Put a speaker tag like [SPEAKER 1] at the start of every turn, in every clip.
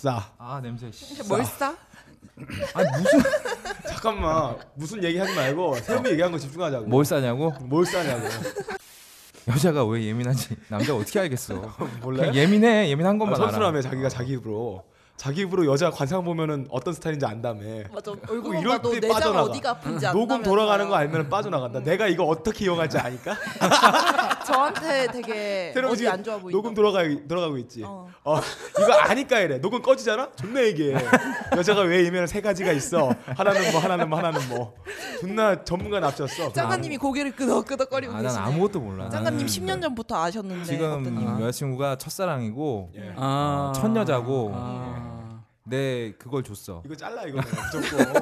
[SPEAKER 1] 싸.
[SPEAKER 2] 아 냄새 씨.
[SPEAKER 3] 뭘 싸?
[SPEAKER 2] 아 무슨
[SPEAKER 1] 잠깐만 무슨 얘기하지 말고 세롬이 얘기한 거 집중하자고.
[SPEAKER 2] 뭘 싸냐고?
[SPEAKER 1] 뭘 싸냐고.
[SPEAKER 2] 여자가 왜 예민한지 남자 가 어떻게 알겠어?
[SPEAKER 1] 몰라요?
[SPEAKER 2] 그냥 예민해 예민한
[SPEAKER 1] 아,
[SPEAKER 2] 것만 알아.
[SPEAKER 1] 선수라며 자기가 자기 입으로 자기 입으로 여자 관상 보면은 어떤 스타일인지 안다며.
[SPEAKER 3] 맞아.
[SPEAKER 1] 뭐
[SPEAKER 3] 얼굴만
[SPEAKER 1] 이럴
[SPEAKER 3] 봐도
[SPEAKER 1] 때
[SPEAKER 3] 내장
[SPEAKER 1] 빠져나가.
[SPEAKER 3] 어디가 아픈지 안다면
[SPEAKER 1] 녹음 돌아가는 거 알면 빠져나간다. 내가 이거 어떻게 이용할지 아니까.
[SPEAKER 3] 저한테 되게 어디 안 좋아 보인다.
[SPEAKER 1] 녹음 돌아가 돌아가고 있지. 어.
[SPEAKER 3] 어.
[SPEAKER 1] 이거 아니까 이래. 녹음 꺼지잖아. 존나 얘기해. 여자가 왜 예민한 세 가지가 있어. 하나는 뭐 하나는 뭐 하나는 뭐. 존나 전문가 납쳤어.
[SPEAKER 3] 장관님이 고개를 끄덕끄덕거리고
[SPEAKER 2] 아, 난
[SPEAKER 3] 계시네.
[SPEAKER 2] 아무것도 몰라.
[SPEAKER 3] 장관님
[SPEAKER 2] 나는
[SPEAKER 3] 10년 전부터 아셨는데
[SPEAKER 2] 지금
[SPEAKER 3] 어떤
[SPEAKER 2] 여자친구가 첫사랑이고
[SPEAKER 1] 예.
[SPEAKER 4] 아.
[SPEAKER 2] 첫 여자고.
[SPEAKER 4] 아.
[SPEAKER 2] 내 그걸 줬어.
[SPEAKER 1] 이거 잘라 이거 무조건.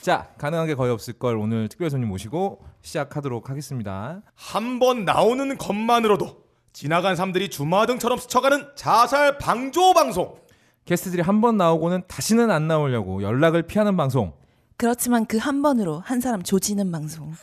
[SPEAKER 2] 자 가능한 게 거의 없을 걸 오늘 특별 손님 모시고 시작하도록 하겠습니다.
[SPEAKER 1] 한 번 나오는 것만으로도 지나간 사람들이 주마등처럼 스쳐가는 자살 방조 방송.
[SPEAKER 2] 게스트들이 한 번 나오고는 다시는 안 나오려고 연락을 피하는 방송.
[SPEAKER 3] 그렇지만 그 한 번으로 한 사람 조지는 방송.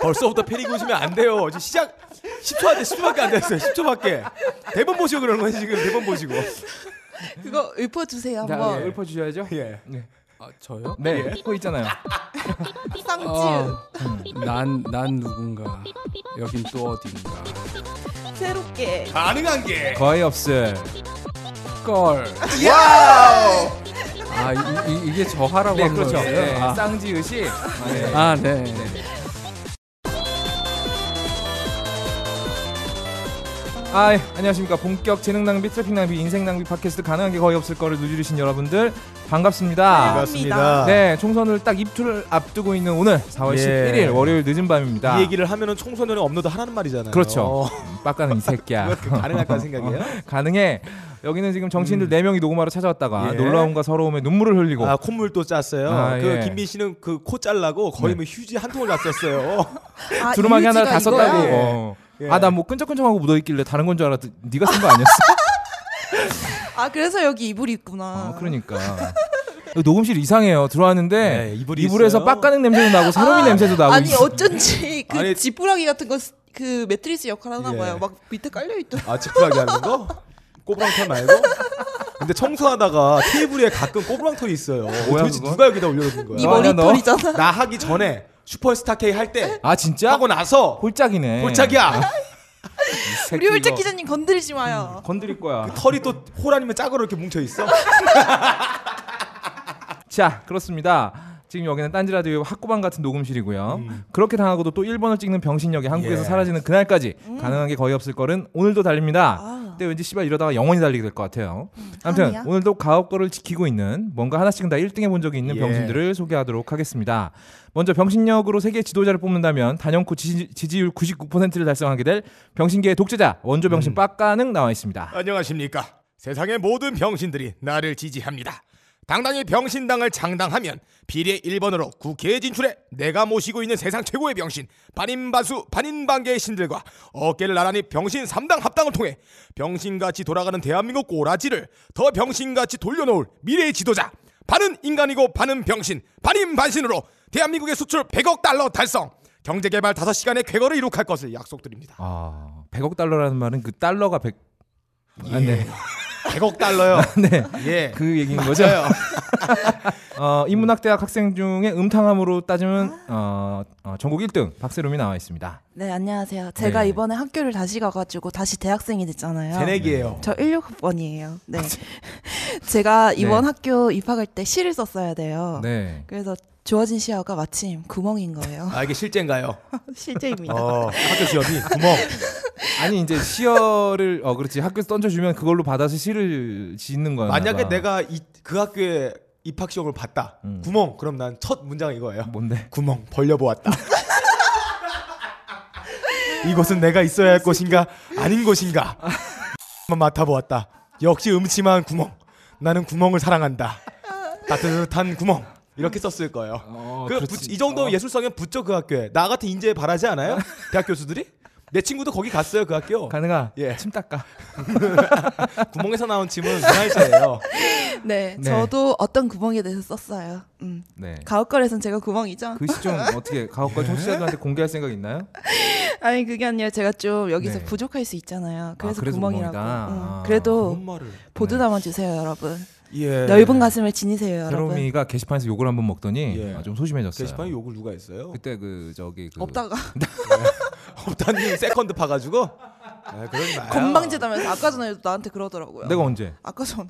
[SPEAKER 1] 벌써부터 패리고 오시면 안 돼요. 지금 시작 10초 안 돼. 10초밖에 안 됐어요. 10초밖에. 대본 보시고 그러는 거지 지금 대본 보시고.
[SPEAKER 3] 그거 읊어 주세요
[SPEAKER 2] 자
[SPEAKER 3] 한번. 예.
[SPEAKER 2] 읊어주셔야죠.
[SPEAKER 1] 예.
[SPEAKER 2] 네,
[SPEAKER 4] 아, 저요?
[SPEAKER 2] 네 읽고 있잖아요.
[SPEAKER 3] 쌍치
[SPEAKER 4] 어. 난난 누군가. 여긴 또 어딘가.
[SPEAKER 3] 새롭게
[SPEAKER 1] 가능한 게.
[SPEAKER 2] 거의 없을.
[SPEAKER 4] 걸.
[SPEAKER 1] 와우.
[SPEAKER 4] 아, 이, 이, 이게 저하라고
[SPEAKER 2] 네
[SPEAKER 4] 한
[SPEAKER 2] 그렇죠.
[SPEAKER 4] 거예요.
[SPEAKER 2] 네,
[SPEAKER 4] 아.
[SPEAKER 2] 쌍지읒이. 네.
[SPEAKER 4] 아, 네.
[SPEAKER 2] 아, 예. 안녕하십니까. 본격 재능 낭비, 트래핑 낭비, 인생 낭비 팟캐스트 가능한 게 거의 없을 거를 누리신 여러분들 반갑습니다.
[SPEAKER 1] 반갑습니다.
[SPEAKER 2] 네, 총선을 딱 입투를 앞두고 있는 오늘 4월
[SPEAKER 1] 예.
[SPEAKER 2] 11일 월요일 늦은 밤입니다.
[SPEAKER 1] 이 얘기를 하면은 총소년의 업로드 하라는 말이잖아요.
[SPEAKER 2] 그렇죠. 네. 어,
[SPEAKER 1] 어,
[SPEAKER 2] 빡가는 이 새끼야.
[SPEAKER 1] 그거 가능할까 생각이에요.
[SPEAKER 2] 가능해. 여기는 지금 정치인들 네 4명이 녹음하러 찾아왔다가
[SPEAKER 1] 예.
[SPEAKER 2] 놀라움과 서러움에 눈물을 흘리고
[SPEAKER 1] 아 콧물 또 짰어요.
[SPEAKER 2] 아,
[SPEAKER 1] 그
[SPEAKER 2] 예. 네.
[SPEAKER 1] 김민 씨는 그 코 잘라고 거의 뭐 휴지 한 통을 났었어요.
[SPEAKER 3] 아,
[SPEAKER 2] 두루마기 하나
[SPEAKER 3] 이미지가
[SPEAKER 2] 다 썼다고.
[SPEAKER 3] 이거야?
[SPEAKER 1] 이거야?
[SPEAKER 2] 어.
[SPEAKER 1] 예.
[SPEAKER 2] 아, 나 뭐 끈적끈적하고 묻어 있길래 다른 건 줄 알았더니 네가 쓴 거 아니었어?
[SPEAKER 3] 아 그래서 여기 이불이 있구나.
[SPEAKER 2] 어, 그러니까. 녹음실 이상해요. 들어왔는데
[SPEAKER 1] 네, 이불이
[SPEAKER 2] 이불 에서
[SPEAKER 1] 있어요.
[SPEAKER 2] 빡가는 냄새도 나고 서러미 냄새도 나고
[SPEAKER 3] 아니
[SPEAKER 2] 있-
[SPEAKER 3] 어쩐지 그
[SPEAKER 1] 아니,
[SPEAKER 3] 지푸라기 같은 거 그 매트리스 역할 하나
[SPEAKER 1] 예.
[SPEAKER 3] 봐요. 막 밑에 깔려 있더라.
[SPEAKER 1] 아 지푸라기 하는 거? 꼬부랑털 말고? 근데 청소하다가 테이블 위에 가끔 꼬부랑털이 있어요. 도대체
[SPEAKER 2] 아, 그건?
[SPEAKER 1] 누가 여기다 올려놓은 거야?
[SPEAKER 3] 네
[SPEAKER 2] 너?
[SPEAKER 3] 머리털이잖아.
[SPEAKER 1] 나 하기 전에 슈퍼스타 K 할 때
[SPEAKER 2] 아 진짜?
[SPEAKER 1] 하고 나서
[SPEAKER 2] 홀짝이네.
[SPEAKER 1] 골짜기야
[SPEAKER 2] 이 새끼
[SPEAKER 3] 우리 홀짝
[SPEAKER 2] 이거
[SPEAKER 3] 기자님 건드리지 마요.
[SPEAKER 2] 건드릴 거야.
[SPEAKER 1] 털이 또 호란이면 짝으로 이렇게 뭉쳐 있어.
[SPEAKER 2] 자 그렇습니다. 지금 여기는 딴지 라디오 학구방 같은 녹음실이고요. 그렇게 당하고도 또 1번을 찍는 병신력이 한국에서
[SPEAKER 1] 예.
[SPEAKER 2] 사라지는 그날까지 가능한 게 거의 없을 거는 오늘도 달립니다.
[SPEAKER 3] 아.
[SPEAKER 2] 근데 왠지 씨발 이러다가 영원히 달리게 될 것 같아요. 아무튼
[SPEAKER 3] 아니야.
[SPEAKER 2] 오늘도 가업거를 지키고 있는 뭔가 하나씩은 다 1등 해본 적이 있는
[SPEAKER 1] 예.
[SPEAKER 2] 병신들을 소개하도록 하겠습니다. 먼저 병신력으로 세계 지도자를 뽑는다면 단연코 지지, 율 99%를 달성하게 될 병신계의 독재자 원조 병신 빡가능 나와 있습니다.
[SPEAKER 5] 안녕하십니까. 세상의 모든 병신들이 나를 지지합니다. 당당히 병신당을 창당하면 비례 1번으로 국회에 진출해 내가 모시고 있는 세상 최고의 병신 반인반수 반인반계의 신들과 어깨를 나란히 병신 3당 합당을 통해 병신같이 돌아가는 대한민국 꼬라지를 더 병신같이 돌려놓을 미래의 지도자 반은 인간이고 반은 병신 반인반신으로 대한민국의 수출 100억 달러 달성 경제개발 5시간의 쾌거를 이룩할 것을 약속드립니다.
[SPEAKER 2] 아 100억 달러라는 말은 그 달러가 100...
[SPEAKER 5] 예.
[SPEAKER 2] 아, 네.
[SPEAKER 1] 100억 달러요.
[SPEAKER 2] 네.
[SPEAKER 1] 예.
[SPEAKER 2] 그 얘기인 거죠? 어, 인문학대학 학생 중에 음탕함으로 따지면 어, 어, 전국 1등 박세롬이 나와 있습니다.
[SPEAKER 3] 네 안녕하세요. 제가
[SPEAKER 2] 네.
[SPEAKER 3] 이번에 학교를 다시 가가지고 다시 대학생이
[SPEAKER 1] 네.
[SPEAKER 3] 됐잖아요.
[SPEAKER 1] 새내기예요.
[SPEAKER 3] 저 16학번이에요. 네. 제가 이번 학교 입학할 때 시를 썼어야 돼요.
[SPEAKER 2] 네.
[SPEAKER 3] 그래서 주어진 시야가 마침 구멍인 거예요.
[SPEAKER 1] 아 이게 실제인가요?
[SPEAKER 3] 실제입니다.
[SPEAKER 1] 어 학교 지업이 구멍.
[SPEAKER 2] 아니 이제 시어를 어 그렇지 학교에서 던져주면 그걸로 받아서 시를 짓는 거야.
[SPEAKER 1] 만약에 내가 음. 이, 그 학교에 입학 시험을 봤다. 구멍. 그럼 난 첫 문장 이거예요.
[SPEAKER 2] 뭔데?
[SPEAKER 1] 구멍 벌려보았다. 이곳은 내가 있어야 할 곳인가 아닌 곳인가 한번 맡아보았다. 역시 음침한 구멍. 나는 구멍을 사랑한다. 따뜻한 구멍. 이렇게 썼을 거예요.
[SPEAKER 2] 어,
[SPEAKER 1] 그,
[SPEAKER 2] 그렇지.
[SPEAKER 1] 부- 이 정도 예술성에 붙죠 그 학교에. 나 같은 인재에 바라지 않아요? 대학 교수들이? 내 친구도 거기 갔어요 그 학교.
[SPEAKER 2] 가능아
[SPEAKER 1] 예.
[SPEAKER 2] 침 닦아.
[SPEAKER 1] 구멍에서 나온 침은 문화유산이에요.
[SPEAKER 3] 네,
[SPEAKER 2] 네.
[SPEAKER 3] 저도 어떤 구멍에 대해서 썼어요. 음.
[SPEAKER 2] 네.
[SPEAKER 3] 가옥걸에선 제가 구멍이죠.
[SPEAKER 2] 글씨 좀 어떻게 가옥과 청취자들한테 공개할 생각 있나요?
[SPEAKER 3] 아니 그게 아니라 제가 좀 여기서
[SPEAKER 2] 네.
[SPEAKER 3] 부족할 수 있잖아요. 그래서,
[SPEAKER 2] 그래서
[SPEAKER 3] 구멍이라고.
[SPEAKER 2] 구멍이다.
[SPEAKER 3] 음,
[SPEAKER 2] 아,
[SPEAKER 3] 그래도
[SPEAKER 1] 뭔 말을?
[SPEAKER 3] 보드담아 주세요, 여러분.
[SPEAKER 1] 예.
[SPEAKER 3] 넓은 가슴을 지니세요, 여러분.
[SPEAKER 2] 세롬이가 게시판에서 욕을 한번 먹더니
[SPEAKER 1] 예.
[SPEAKER 2] 아, 좀 소심해졌어요.
[SPEAKER 1] 게시판에 욕을 누가 했어요?
[SPEAKER 2] 그때 그 저기 그
[SPEAKER 3] 없다가
[SPEAKER 1] 업다님 세컨드 파가지고. 아, 그러지 마요.
[SPEAKER 3] 건방지다면서 아까 전에도 나한테 그러더라고요.
[SPEAKER 2] 내가 언제?
[SPEAKER 3] 아까 전에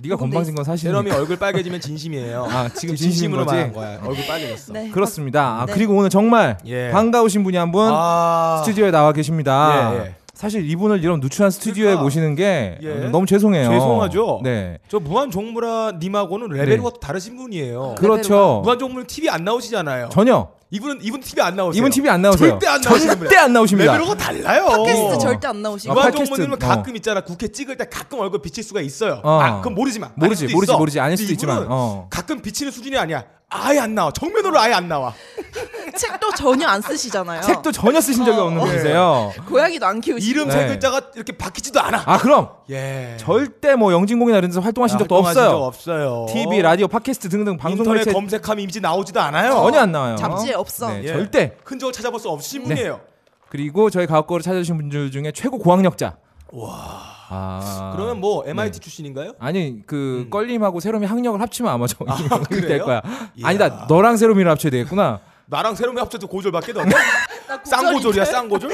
[SPEAKER 2] 네가 건방진 건 사실이니까.
[SPEAKER 1] 세럼이 얼굴 빨개지면 진심이에요.
[SPEAKER 2] 그러니까. 아 지금
[SPEAKER 1] 진심으로
[SPEAKER 2] 진심으로
[SPEAKER 1] 말한
[SPEAKER 2] 거지.
[SPEAKER 1] 거야. 얼굴 빨개졌어.
[SPEAKER 3] 네,
[SPEAKER 2] 그렇습니다. 아,
[SPEAKER 3] 네.
[SPEAKER 2] 그리고 오늘 정말
[SPEAKER 1] 예.
[SPEAKER 2] 반가우신 분이 한 분
[SPEAKER 1] 아,
[SPEAKER 2] 스튜디오에 나와 계십니다.
[SPEAKER 1] 예, 예.
[SPEAKER 2] 사실 이분을 이런 누추한 스튜디오에
[SPEAKER 1] 그러니까.
[SPEAKER 2] 모시는 게
[SPEAKER 1] 예.
[SPEAKER 2] 너무 죄송해요.
[SPEAKER 1] 죄송하죠.
[SPEAKER 2] 네.
[SPEAKER 1] 저 무한 종무라 님하고는 레벨이 또 다르신 분이에요.
[SPEAKER 2] 그렇죠.
[SPEAKER 1] 무한 종무는 TV 안 나오시잖아요.
[SPEAKER 2] 전혀
[SPEAKER 1] 이분은 이분 TV 안 나오세요.
[SPEAKER 2] 이분 TV 안 나오세요.
[SPEAKER 1] 절대 안 나오시는 분이에요.
[SPEAKER 2] 절대 안 나오십니다.
[SPEAKER 1] 레벨하고 달라요.
[SPEAKER 3] 팟캐스트 절대 안 나오시고
[SPEAKER 2] 아,
[SPEAKER 1] 무한
[SPEAKER 2] 팟캐스트.
[SPEAKER 1] 종무님은
[SPEAKER 2] 어.
[SPEAKER 1] 가끔 있잖아. 국회 찍을 때 가끔 얼굴 비칠 수가 있어요.
[SPEAKER 2] 어.
[SPEAKER 1] 아, 그건 모르지만.
[SPEAKER 2] 모르지,
[SPEAKER 1] 아닐 수도
[SPEAKER 2] 모르지,
[SPEAKER 1] 있어.
[SPEAKER 2] 모르지. 아닐 수도
[SPEAKER 1] 근데 이분은
[SPEAKER 2] 있지만, 어.
[SPEAKER 1] 가끔 비치는 수준이 아니야. 아예 안 나와. 정면으로 아예 안 나와.
[SPEAKER 3] 책도 전혀 안 쓰시잖아요.
[SPEAKER 2] 책도 전혀 쓰신 적이 없는
[SPEAKER 1] 어.
[SPEAKER 2] 분이세요.
[SPEAKER 3] 고양이도 안 키우시고
[SPEAKER 1] 이름
[SPEAKER 2] 네.
[SPEAKER 1] 세 글자가 이렇게 바뀌지도 않아.
[SPEAKER 2] 아 그럼
[SPEAKER 1] 예.
[SPEAKER 2] 절대 뭐 영진공이나 이런 데서 활동하신 적도
[SPEAKER 1] 아, 활동하신
[SPEAKER 2] 없어요.
[SPEAKER 1] 적 없어요.
[SPEAKER 2] TV, 라디오, 팟캐스트 등등 방송
[SPEAKER 1] 인터넷
[SPEAKER 2] 매체
[SPEAKER 1] 검색하면 이미지 나오지도 않아요.
[SPEAKER 2] 전혀 안 나와요.
[SPEAKER 3] 잡지에 없어.
[SPEAKER 2] 네,
[SPEAKER 1] 예.
[SPEAKER 2] 절대.
[SPEAKER 1] 흔적을 찾아볼 수 없으신
[SPEAKER 2] 네.
[SPEAKER 1] 분이에요.
[SPEAKER 2] 그리고 저희 가옥거를 찾아주신 분들 중에 최고 고학력자. 와. 아,
[SPEAKER 1] 그러면
[SPEAKER 2] 네.
[SPEAKER 1] 뭐 MIT 출신인가요?
[SPEAKER 2] 아니 그 껄림하고 세롬이 학력을 합치면 아마 저이
[SPEAKER 1] 음. 그래요?
[SPEAKER 2] 될 거야.
[SPEAKER 1] 이야.
[SPEAKER 2] 아니다. 너랑 세롬이를 합쳐야 되겠구나.
[SPEAKER 1] 나랑 새로운 합쳐도 고졸밖에 더. 없네.
[SPEAKER 3] 나 고졸인데.
[SPEAKER 1] 쌍고졸이야 쌍고졸.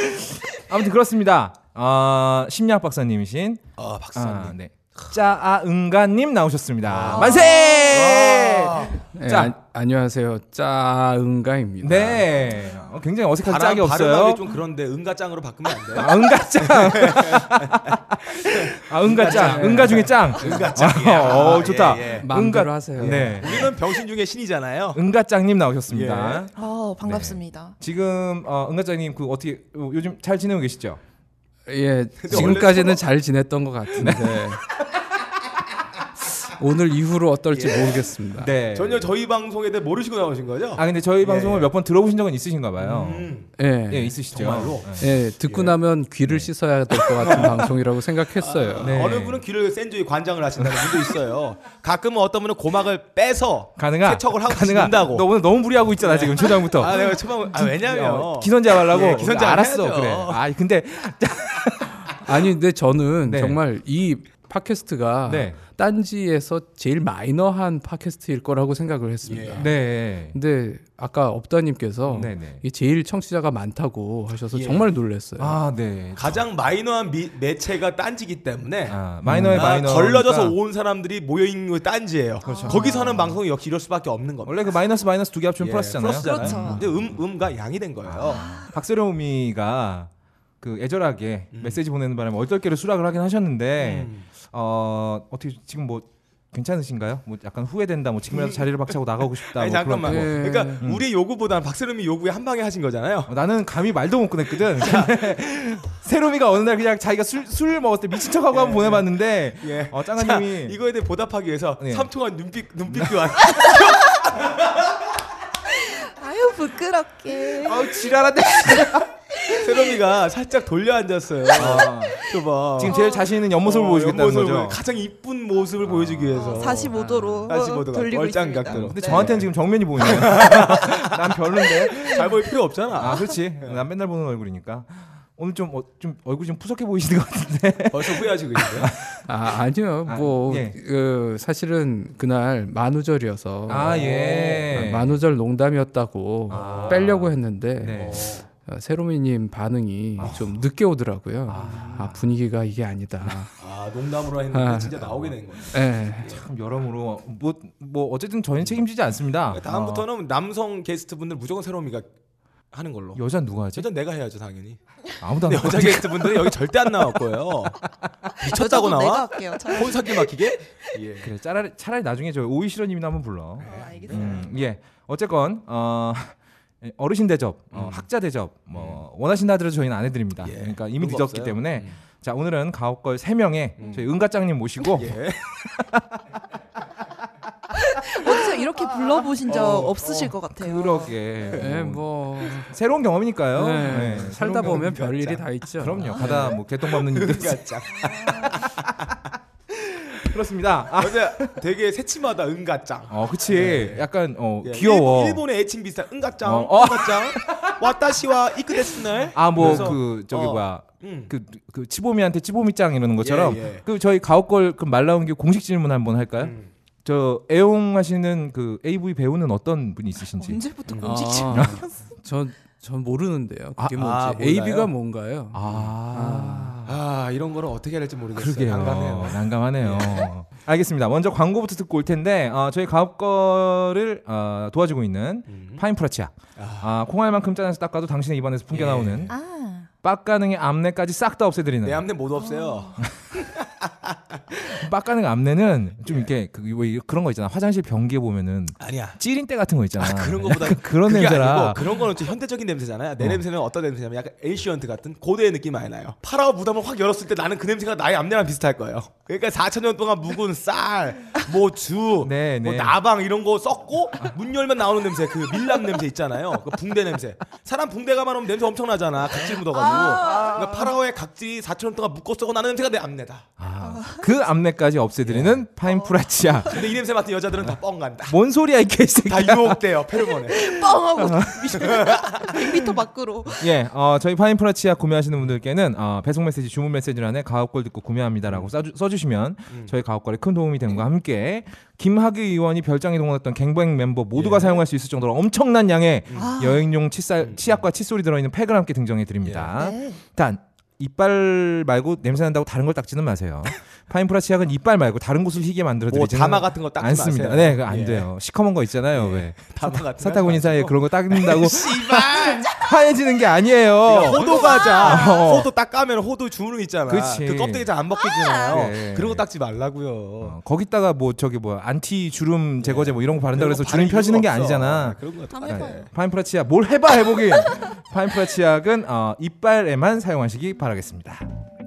[SPEAKER 2] 아무튼 그렇습니다. 아 심리학 박사님이신
[SPEAKER 1] 아
[SPEAKER 2] 아,
[SPEAKER 1] 박사님.
[SPEAKER 2] 네. 짜아은가님 나오셨습니다. 만세! 네.
[SPEAKER 1] 아,
[SPEAKER 2] 자.
[SPEAKER 4] 자 네, 안녕하세요 짜은가입니다.
[SPEAKER 2] 네. 어, 굉장히 어색한
[SPEAKER 1] 아. 바람,
[SPEAKER 2] 짝이 없어요.
[SPEAKER 1] 발음하기 좀 그런데 은가짱으로 바꾸면 안 돼요?
[SPEAKER 2] 아, 은가짱. 아, 은가짱. 은가 중에 짱.
[SPEAKER 1] 은가짱이야.
[SPEAKER 2] 어, 좋다.
[SPEAKER 1] 예, 예.
[SPEAKER 4] 마음대로 하세요.
[SPEAKER 2] 네.
[SPEAKER 1] 우리는 병신 중에 신이잖아요.
[SPEAKER 2] 은가짱님
[SPEAKER 1] 예.
[SPEAKER 2] 나오셨습니다.
[SPEAKER 3] 어, 반갑습니다.
[SPEAKER 2] 지금 어, 은가짱님 그 어떻게 요- 요즘 잘 지내고 계시죠?
[SPEAKER 1] 근데
[SPEAKER 4] 예
[SPEAKER 1] 원래 서로-
[SPEAKER 4] 지금까지는 잘 지냈던 것
[SPEAKER 1] 네.
[SPEAKER 2] 네.
[SPEAKER 4] 같은데 오늘 이후로 어떨지 모르겠습니다.
[SPEAKER 2] 예. 네.
[SPEAKER 1] 전혀 저희 방송에 대해 모르시고 나오신 거죠?
[SPEAKER 2] 아 근데 저희 방송을
[SPEAKER 1] 예.
[SPEAKER 2] 몇 번 들어보신 적은 있으신가 봐요.
[SPEAKER 1] 음.
[SPEAKER 4] 예.
[SPEAKER 2] 예, 있으시죠.
[SPEAKER 1] 정말로?
[SPEAKER 2] 예.
[SPEAKER 4] 예, 듣고 나면 귀를 씻어야 될 것 같은 방송이라고 생각했어요.
[SPEAKER 2] 네.
[SPEAKER 1] 어느 분은 귀를 센조이 관장을 하신다는 분도 있어요. 가끔은 어떤 분은 고막을 빼서
[SPEAKER 2] 가능하.
[SPEAKER 1] 세척을 하고
[SPEAKER 2] 가능하.
[SPEAKER 1] 죽는다고.
[SPEAKER 2] 너 오늘 너무 무리하고 있잖아 지금 초장부터. 어,
[SPEAKER 1] 아 내가 처음 아 왜냐면
[SPEAKER 2] 기선 제압하려고.
[SPEAKER 1] 예, 기선 제압
[SPEAKER 2] 알았어.
[SPEAKER 1] 해야죠.
[SPEAKER 2] 그래. 아 근데
[SPEAKER 4] 아니 근데 저는
[SPEAKER 2] 네.
[SPEAKER 4] 정말 이 팟캐스트가
[SPEAKER 2] 네.
[SPEAKER 4] 딴지에서 제일 마이너한 팟캐스트일 거라고 생각을 했습니다.
[SPEAKER 2] 네.
[SPEAKER 4] 근데 아까 업다님께서
[SPEAKER 2] 네네.
[SPEAKER 4] 이 제일 청취자가 많다고 하셔서
[SPEAKER 1] 예.
[SPEAKER 4] 정말 놀랐어요.
[SPEAKER 2] 아 네.
[SPEAKER 1] 가장 마이너한 미- 매체가 딴지기 때문에
[SPEAKER 2] 아, 마이너의
[SPEAKER 1] 아,
[SPEAKER 2] 마이너.
[SPEAKER 1] 걸러져서 온 사람들이 모여 있는 게 딴지예요. 거기서 하는 방송이 역시 이럴 수밖에 없는 겁니다.
[SPEAKER 2] 그렇죠. 원래 그 마이너스 마이너스 두 개 합치면
[SPEAKER 1] 예,
[SPEAKER 2] 플러스잖아요. 아,
[SPEAKER 1] 플러스잖아요.
[SPEAKER 3] 그렇죠.
[SPEAKER 1] 근데 음 음과 양이 된 거예요.
[SPEAKER 2] 박세롬이가 그 애절하게
[SPEAKER 1] 음.
[SPEAKER 2] 메시지 보내는 바람에 얼떨결에 수락을 하긴 하셨는데 어 어떻게 지금 뭐 괜찮으신가요? 뭐 약간 후회된다. 뭐 지금이라도 자리를 박차고 나가고 싶다. 음.
[SPEAKER 1] 아니
[SPEAKER 2] 뭐
[SPEAKER 1] 잠깐만.
[SPEAKER 2] 그런 거.
[SPEAKER 4] 거.
[SPEAKER 1] 그러니까 우리 요구보다는 박세롬이 요구에 한 방에 하신 거잖아요.
[SPEAKER 2] 어, 나는 감히 말도 못 꺼냈거든. 근데 세롬이가 어느 날 그냥 자기가 술, 술 먹었을 때 미친 척하고 한번 보내봤는데
[SPEAKER 1] 예.
[SPEAKER 2] 어,
[SPEAKER 1] 자,
[SPEAKER 2] 짱아님이
[SPEAKER 1] 이거에 대해 보답하기 위해서
[SPEAKER 2] 예.
[SPEAKER 1] 3 동안 눈빛 눈빛 교환.
[SPEAKER 3] 아유 부끄럽게.
[SPEAKER 2] 네. 아우 지랄한데
[SPEAKER 1] 세롬이가 살짝 돌려 앉았어요. 줘봐.
[SPEAKER 2] 아. 지금 제일 자신 있는 옆모습을
[SPEAKER 1] 어,
[SPEAKER 2] 보여주겠다는
[SPEAKER 1] 옆모습을
[SPEAKER 2] 거죠.
[SPEAKER 1] 보여- 가장 이쁜 모습을 보여주기
[SPEAKER 3] 아.
[SPEAKER 1] 위해서.
[SPEAKER 3] 45도로
[SPEAKER 2] 아,
[SPEAKER 1] 45도가
[SPEAKER 3] 돌리고
[SPEAKER 1] 얼짱
[SPEAKER 3] 있습니다.
[SPEAKER 1] 각도로.
[SPEAKER 2] 근데
[SPEAKER 3] 네.
[SPEAKER 2] 저한테는 지금 정면이 보이네요. 난 별론데.
[SPEAKER 1] 잘 보일 필요 없잖아.
[SPEAKER 2] 아 그렇지. 난 맨날 보는 얼굴이니까. 오늘 좀, 어, 좀 얼굴이 좀 푸석해 보이시는 것 같은데.
[SPEAKER 1] 벌써 후회하시고 계세요.
[SPEAKER 4] 아, 아니요.
[SPEAKER 2] 아,
[SPEAKER 4] 뭐
[SPEAKER 2] 예.
[SPEAKER 4] 그, 사실은 그날 만우절이어서
[SPEAKER 2] 아 예.
[SPEAKER 4] 만우절 농담이었다고
[SPEAKER 2] 아.
[SPEAKER 4] 빼려고 했는데
[SPEAKER 2] 네. 아.
[SPEAKER 4] 어, 세로미님 반응이 좀 늦게 오더라고요. 아, 분위기가 이게 아니다.
[SPEAKER 1] 아 농담으로 했는데 진짜 나오게 된 거예요.
[SPEAKER 4] 예.
[SPEAKER 2] 참 여러모로 뭐 뭐 어쨌든 저희는 책임지지
[SPEAKER 1] 아,
[SPEAKER 2] 않습니다.
[SPEAKER 1] 네, 다음부터는 남성 게스트 분들 무조건 새로미가 하는 걸로.
[SPEAKER 2] 어, 여자 누가 하지?
[SPEAKER 1] 여전 내가 해야죠 당연히.
[SPEAKER 2] 아무도 안
[SPEAKER 1] 근데
[SPEAKER 2] 하고.
[SPEAKER 1] 네, 여자 게스트 분들은 여기 절대 안 나올 거예요. 미쳤다고
[SPEAKER 3] 여자도 아, 내가
[SPEAKER 1] 나와?
[SPEAKER 3] 할게요.
[SPEAKER 2] 음.
[SPEAKER 3] 잘
[SPEAKER 1] 혼사기 막히게? 예.
[SPEAKER 2] 그래 차라리 차라리 나중에 저 오이시러님이나 한번 불러.
[SPEAKER 3] 아, 알겠어요.
[SPEAKER 2] 음, 예. 어쨌건 어, 어르신 대접, 어, 학자 대접, 뭐 원하신다 하더라도 저희는 안 해드립니다.
[SPEAKER 1] 예,
[SPEAKER 2] 그러니까 이미
[SPEAKER 1] 그런 거
[SPEAKER 2] 늦었기
[SPEAKER 1] 없어요.
[SPEAKER 2] 때문에 자 오늘은 가옥걸 3 명의 저희 은가짱님 모시고
[SPEAKER 1] 예.
[SPEAKER 3] 어디서 이렇게 불러보신 적 없으실 것 같아요.
[SPEAKER 2] 아. 어. 그러게.
[SPEAKER 4] 네,
[SPEAKER 2] 뭐
[SPEAKER 4] 뭐
[SPEAKER 2] 새로운 경험이니까요.
[SPEAKER 4] 네,
[SPEAKER 2] 네,
[SPEAKER 4] 살다
[SPEAKER 2] 새로운
[SPEAKER 4] 보면
[SPEAKER 2] 경험이니까.
[SPEAKER 4] 별 일이 다
[SPEAKER 1] 아,
[SPEAKER 4] 있죠.
[SPEAKER 1] 네.
[SPEAKER 2] 그럼요. 가다 뭐 개똥 밟는 일도
[SPEAKER 1] 그러니까
[SPEAKER 2] 있고. 그렇습니다. 아,
[SPEAKER 1] 맞아. 되게 새침하다 은가짱.
[SPEAKER 2] 어, 그치. 약간 어,
[SPEAKER 1] 예,
[SPEAKER 2] 귀여워.
[SPEAKER 1] 일, 일본의 애칭 비슷한 은가짱.
[SPEAKER 2] 어, 어.
[SPEAKER 1] 은가짱. 와타시와 이끄데스네.
[SPEAKER 2] 아, 뭐
[SPEAKER 1] 그래서,
[SPEAKER 2] 그 저기
[SPEAKER 1] 어,
[SPEAKER 2] 뭐야.
[SPEAKER 1] 음.
[SPEAKER 2] 그, 그 치보미한테 치보미짱 이러는 것처럼
[SPEAKER 1] 예, 음. 예.
[SPEAKER 2] 그 저희 가옥걸 그 말 나온 게 공식 질문 한번 할까요? 저 애용하시는 그 AV 배우는 어떤 분이 있으신지.
[SPEAKER 3] 언제부터
[SPEAKER 4] 아.
[SPEAKER 3] 공식질?
[SPEAKER 4] 전전 모르는데요.
[SPEAKER 2] 아,
[SPEAKER 4] 그게
[SPEAKER 1] 아, 몰라요?
[SPEAKER 4] 뭔지. AB가 뭔가요?
[SPEAKER 2] 아.
[SPEAKER 1] 아 이런 거는 어떻게 해야 될지 모르겠어요.
[SPEAKER 2] 그러게요.
[SPEAKER 1] 난감해요. 예.
[SPEAKER 2] 난감하네요. 알겠습니다. 먼저 광고부터 듣고 올 텐데 어, 저희 가업거를 어, 도와주고 있는
[SPEAKER 1] 음.
[SPEAKER 2] 파인프라치아 아, 콩알만큼 짜내서 닦아도 당신의 입안에서
[SPEAKER 1] 예.
[SPEAKER 2] 풍겨 나오는
[SPEAKER 3] 아,
[SPEAKER 2] 빡가능의 암내까지 싹
[SPEAKER 1] 내
[SPEAKER 2] 다 없애드리는
[SPEAKER 1] 암내 모두 네, 없어요.
[SPEAKER 2] 빡가능 암내는 좀
[SPEAKER 1] 예.
[SPEAKER 2] 이렇게 그, 뭐 이- 그런 거 있잖아 화장실 변기에 보면은
[SPEAKER 1] 아니야.
[SPEAKER 2] 찌린 때 같은 거 있잖아
[SPEAKER 1] 그런 거보다
[SPEAKER 2] 약간 그런
[SPEAKER 1] 그게
[SPEAKER 2] 냄새라
[SPEAKER 1] 아니고 그런 거는 좀 현대적인 냄새잖아요. 내 냄새는 어떤 냄새냐면 약간 에이시언트 같은 고대의 느낌 많이 나요. 파라오 무덤을 확 열었을 때 나는 그 냄새가 나의 앞내랑 비슷할 거예요. 그러니까 4천 년 동안 묵은 쌀, 뭐 주,
[SPEAKER 2] 네,
[SPEAKER 1] 뭐
[SPEAKER 2] 네.
[SPEAKER 1] 나방 이런 거 썩고 문 열면 나오는 냄새 그 밀랍 냄새 있잖아요. 그 붕대 냄새. 사람 붕대 가만 오면 냄새 엄청 나잖아. 각질 묻어가지고. 그러니까 파라오의 각질이 4천 년 동안 묵고 썩고 나는 냄새가 내 앞내다.
[SPEAKER 2] 아, 그 암내까지 없애드리는
[SPEAKER 1] 예.
[SPEAKER 2] 파인프라치아
[SPEAKER 1] 근데 이 냄새 맡은 여자들은 다 뻥 간다.
[SPEAKER 2] 뭔 소리야 이 개새끼
[SPEAKER 1] 다 유혹돼요 페르몬에.
[SPEAKER 3] 뻥하고
[SPEAKER 2] 아.
[SPEAKER 3] 100m 밖으로.
[SPEAKER 2] 예, 어, 저희 파인프라치아 구매하시는 분들께는 어, 배송 메시지 주문 메시지란에 가옥골 듣고 구매합니다라고 써주, 써주시면
[SPEAKER 1] 음.
[SPEAKER 2] 저희 가옥골에 큰 도움이 되는과 함께 김학의 의원이 별장에 동원했던 갱뱅 멤버 모두가
[SPEAKER 1] 예.
[SPEAKER 2] 사용할 수 있을 정도로 엄청난 양의
[SPEAKER 1] 음.
[SPEAKER 3] 아.
[SPEAKER 2] 여행용 칫살, 치약과 칫솔이 들어있는 팩을 함께 증정해 드립니다.
[SPEAKER 3] 네.
[SPEAKER 2] 일단 이빨 말고 냄새 난다고 다른 걸 닦지는 마세요. 파인프라 치약은 이빨 말고 다른 곳을 희게 만들어
[SPEAKER 1] 뭐
[SPEAKER 2] 드리지는
[SPEAKER 1] 다마 같은 거 닦지
[SPEAKER 2] 않습니다.
[SPEAKER 1] 마세요.
[SPEAKER 2] 네, 그거 안
[SPEAKER 1] 예.
[SPEAKER 2] 돼요. 시커먼 거 있잖아요. 왜
[SPEAKER 1] 다마 같은. 거
[SPEAKER 2] 사타구니
[SPEAKER 1] 하지
[SPEAKER 2] 사이에
[SPEAKER 1] 마시고.
[SPEAKER 2] 그런 거 닦는다고
[SPEAKER 1] 씨발.
[SPEAKER 2] 하얘지는 게 아니에요.
[SPEAKER 1] 그러니까 어, 호두 과자.
[SPEAKER 2] 어.
[SPEAKER 1] 호두 딱 까면 호두 주름 있잖아.
[SPEAKER 2] 그치.
[SPEAKER 1] 그 껍데기 잘 안 벗겨지잖아요.
[SPEAKER 2] 네.
[SPEAKER 1] 그런 거 닦지 말라고요.
[SPEAKER 2] 어, 거기다가 뭐 저기 뭐 안티 주름 제거제 뭐 이런 거 바른다 그래서
[SPEAKER 1] 예. 그런 거 바를
[SPEAKER 2] 주름 펴지는 게
[SPEAKER 1] 이유가 없어. 네,
[SPEAKER 2] 아니잖아. 예.
[SPEAKER 1] 그런 거
[SPEAKER 3] 한번 해봐요.
[SPEAKER 2] 파인프라치아 뭘 해봐 해보긴. 파인프라치약은 어, 이빨에만 사용하시기 바라겠습니다.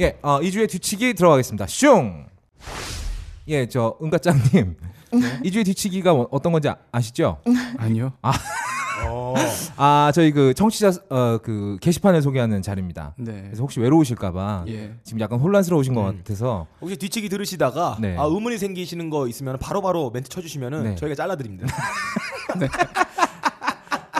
[SPEAKER 2] 예, 어, 2주의 뒤치기 들어가겠습니다. 슝! 예, 저 은가짱님. 이주의 뒤치기가 어- 어떤 건지 아- 아시죠?
[SPEAKER 4] 아니요.
[SPEAKER 2] 아, 저희 그 청취자 어, 그 게시판을 소개하는 자리입니다.
[SPEAKER 4] 네.
[SPEAKER 2] 그래서 혹시 외로우실까봐
[SPEAKER 4] 예.
[SPEAKER 2] 지금 약간 혼란스러우신
[SPEAKER 1] 음.
[SPEAKER 2] 것 같아서
[SPEAKER 1] 혹시 뒤치기 들으시다가
[SPEAKER 2] 네.
[SPEAKER 1] 아, 의문이 생기시는 거 있으면 바로바로 멘트 쳐주시면
[SPEAKER 2] 네.
[SPEAKER 1] 은 저희가 잘라드립니다.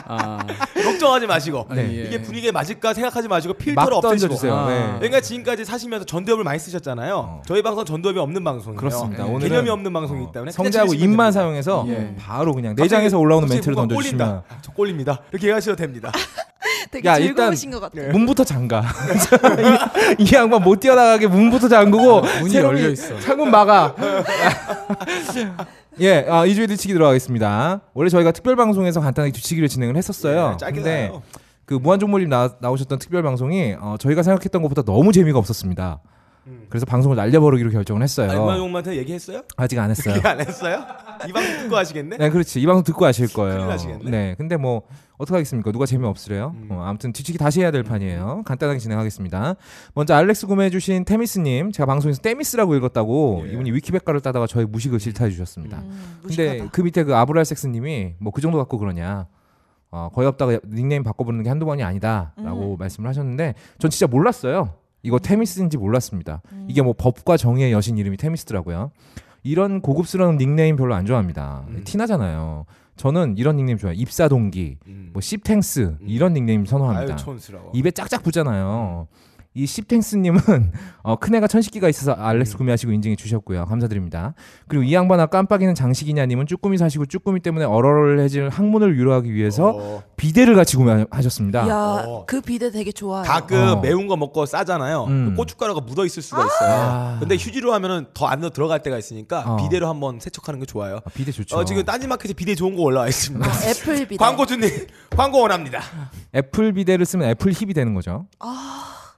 [SPEAKER 4] 아,
[SPEAKER 1] 걱정하지 마시고
[SPEAKER 4] 네.
[SPEAKER 1] 이게 분위기에 맞을까 생각하지 마시고
[SPEAKER 2] 아, 예. 막
[SPEAKER 1] 필터를 없애시고
[SPEAKER 2] 던져주세요.
[SPEAKER 4] 아.
[SPEAKER 2] 네.
[SPEAKER 1] 그러니까 지금까지 사시면서 전두엽을 많이 쓰셨잖아요. 저희 방송 전두엽이 없는 방송이에요.
[SPEAKER 2] 그렇습니다.
[SPEAKER 1] 네.
[SPEAKER 2] 오늘은
[SPEAKER 1] 개념이 없는 방송이기
[SPEAKER 2] 어,
[SPEAKER 1] 때문에 그냥
[SPEAKER 2] 성대하고
[SPEAKER 1] 들으시면
[SPEAKER 2] 입만
[SPEAKER 1] 됩니다.
[SPEAKER 2] 사용해서
[SPEAKER 4] 예.
[SPEAKER 2] 바로 그냥 내장에서 올라오는
[SPEAKER 1] 갑자기
[SPEAKER 2] 멘트를
[SPEAKER 1] 뭔가
[SPEAKER 2] 던져주시면
[SPEAKER 1] 꼴린다. 아, 저 꼴립니다. 이렇게 하셔도 됩니다.
[SPEAKER 3] 되게
[SPEAKER 2] 야, 일단-
[SPEAKER 3] 즐거우신 것
[SPEAKER 1] 예.
[SPEAKER 3] 같아요.
[SPEAKER 2] 네. 문부터 잠가 이, 이 양반 못 뛰어나가게 문부터 잠그고
[SPEAKER 4] 아, 문이
[SPEAKER 2] 새로미
[SPEAKER 4] 열려 있어.
[SPEAKER 2] 창문 막아 예, 아, 2주의 뒤치기 들어가겠습니다. 원래 저희가 특별 방송에서 간단하게 뒤치기를 진행을 했었어요.
[SPEAKER 1] 예, 짧게
[SPEAKER 2] 근데
[SPEAKER 1] 나요.
[SPEAKER 2] 그 무한종몰님 나, 나오셨던 특별 방송이 어, 저희가 생각했던 것보다 너무 재미가 없었습니다.
[SPEAKER 1] 음.
[SPEAKER 2] 그래서 방송을 날려버리기로 결정을 했어요.
[SPEAKER 1] 알마 용만한테 얘기했어요?
[SPEAKER 2] 아직 안 했어요.
[SPEAKER 1] 얘기 안 했어요? 이 방송 듣고 하시겠네?
[SPEAKER 2] 그렇죠. 네, 그렇지. 이 방송 듣고 아실 거예요.
[SPEAKER 1] 큰일 나시겠네. 음.
[SPEAKER 2] 네, 근데 뭐 어떻게 하겠습니까? 누가 재미 없으래요? 어, 아무튼 뒤치기 다시 해야 될 판이에요. 간단하게 진행하겠습니다. 먼저 알렉스 구매해주신 테미스님, 제가 방송에서 테미스라고 읽었다고
[SPEAKER 1] 예.
[SPEAKER 2] 이분이 위키백과를 따다가 저의 무식을 질타해 주셨습니다.
[SPEAKER 3] 음,
[SPEAKER 2] 네. 근데
[SPEAKER 3] 무식하다.
[SPEAKER 2] 그 밑에 그 아브랄섹스님이 뭐 그 정도 갖고 그러냐. 어, 거의 없다가 닉네임 바꿔보는 게 한두 번이
[SPEAKER 3] 음.
[SPEAKER 2] 아니다라고 말씀을 하셨는데 전 진짜 몰랐어요. 이거 테미스인지 몰랐습니다.
[SPEAKER 3] 음.
[SPEAKER 2] 이게 뭐 법과 정의의 여신 이름이 테미스더라고요. 이런 고급스러운 닉네임 별로 안 좋아합니다. 티나잖아요. 저는 이런 닉네임 좋아해요. 입사동기,
[SPEAKER 1] 음.
[SPEAKER 2] 뭐 씹탱스 이런 닉네임 선호합니다.
[SPEAKER 1] 아유 촌스러워.
[SPEAKER 2] 입에 짝짝 붙잖아요. 이 십탱스님은 어, 큰애가 천식기가 있어서
[SPEAKER 1] 음.
[SPEAKER 2] 알렉스 구매하시고 인증해 주셨고요. 감사드립니다. 그리고 이 양반아 깜빡이는 장식이냐님은 쭈꾸미 사시고 쭈꾸미 때문에 얼얼해질 항문을 위로하기 위해서
[SPEAKER 1] 어,
[SPEAKER 2] 비데를 같이 구매하셨습니다.
[SPEAKER 3] 야,
[SPEAKER 1] 어.
[SPEAKER 3] 그 비데 되게 좋아요.
[SPEAKER 1] 가끔
[SPEAKER 2] 어.
[SPEAKER 1] 매운 거 먹고 싸잖아요.
[SPEAKER 2] 음.
[SPEAKER 1] 그 고춧가루가 묻어 있을 수가 있어요.
[SPEAKER 2] 아.
[SPEAKER 1] 근데 휴지로 하면은 더 안으로 들어갈 때가 있으니까
[SPEAKER 2] 어.
[SPEAKER 1] 비대로 한번 세척하는 게 좋아요.
[SPEAKER 2] 아, 비데 좋죠.
[SPEAKER 1] 어, 지금 딴지마켓에 비대 좋은 거 올라와 있습니다.
[SPEAKER 3] 아, 애플 비데.
[SPEAKER 1] 광고주님 광고 원합니다.
[SPEAKER 2] 애플 비데를 쓰면 애플 힙이 되는 거죠.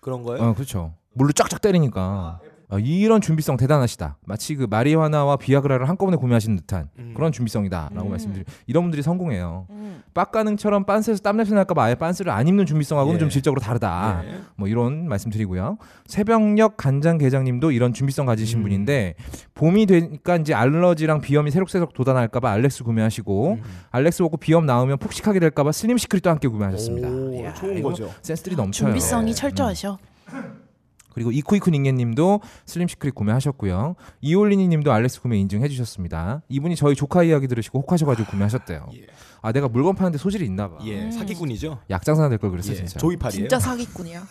[SPEAKER 1] 그런 거예요?
[SPEAKER 2] 어, 그렇죠. 물로 쫙쫙 때리니까. 아, 이런 준비성 대단하시다. 마치 그 마리화나와 비아그라를 한꺼번에 구매하신 듯한
[SPEAKER 1] 음.
[SPEAKER 2] 그런
[SPEAKER 3] 음.
[SPEAKER 2] 준비성이다라고 말씀드리. 이런 분들이 성공해요. 빡가능처럼 빤스에서 땀냄새 날까봐 아예 빤스를 안 입는 준비성하고는
[SPEAKER 1] 예. 네.
[SPEAKER 2] 좀 질적으로 다르다. 뭐 이런 말씀드리고요. 새벽녘 간장 게장님도 이런
[SPEAKER 1] 음.
[SPEAKER 2] 준비성 가지신 분인데 봄이 되니까 이제 알러지랑 비염이 새록새록 돋아날까봐 알렉스 구매하시고
[SPEAKER 1] 음.
[SPEAKER 2] 알렉스 먹고 비염 나오면 폭식하게 될까봐 슬림 시크릿도 함께 구매하셨습니다.
[SPEAKER 1] 오, 네.
[SPEAKER 2] 이야,
[SPEAKER 1] 좋은
[SPEAKER 2] 이거
[SPEAKER 1] 거죠.
[SPEAKER 2] 센스들이 넘쳐요.
[SPEAKER 3] 아, 준비성이
[SPEAKER 2] 음.
[SPEAKER 3] 철저하셔.
[SPEAKER 2] 그리고 이쿠이쿠 닝게님도 슬림 시크릿 구매하셨고요. 이올리니님도 알렉스 구매 인증해주셨습니다. 이분이 저희 조카 이야기 들으시고 혹하셔가지고 구매하셨대요. 아 내가 물건 파는데 소질이 있나봐.
[SPEAKER 1] 예, 사기꾼이죠.
[SPEAKER 2] 약장사나 될 걸 그랬어
[SPEAKER 1] 예,
[SPEAKER 2] 아. 진짜.
[SPEAKER 1] 조이팔이에요.
[SPEAKER 3] 진짜 사기꾼이야.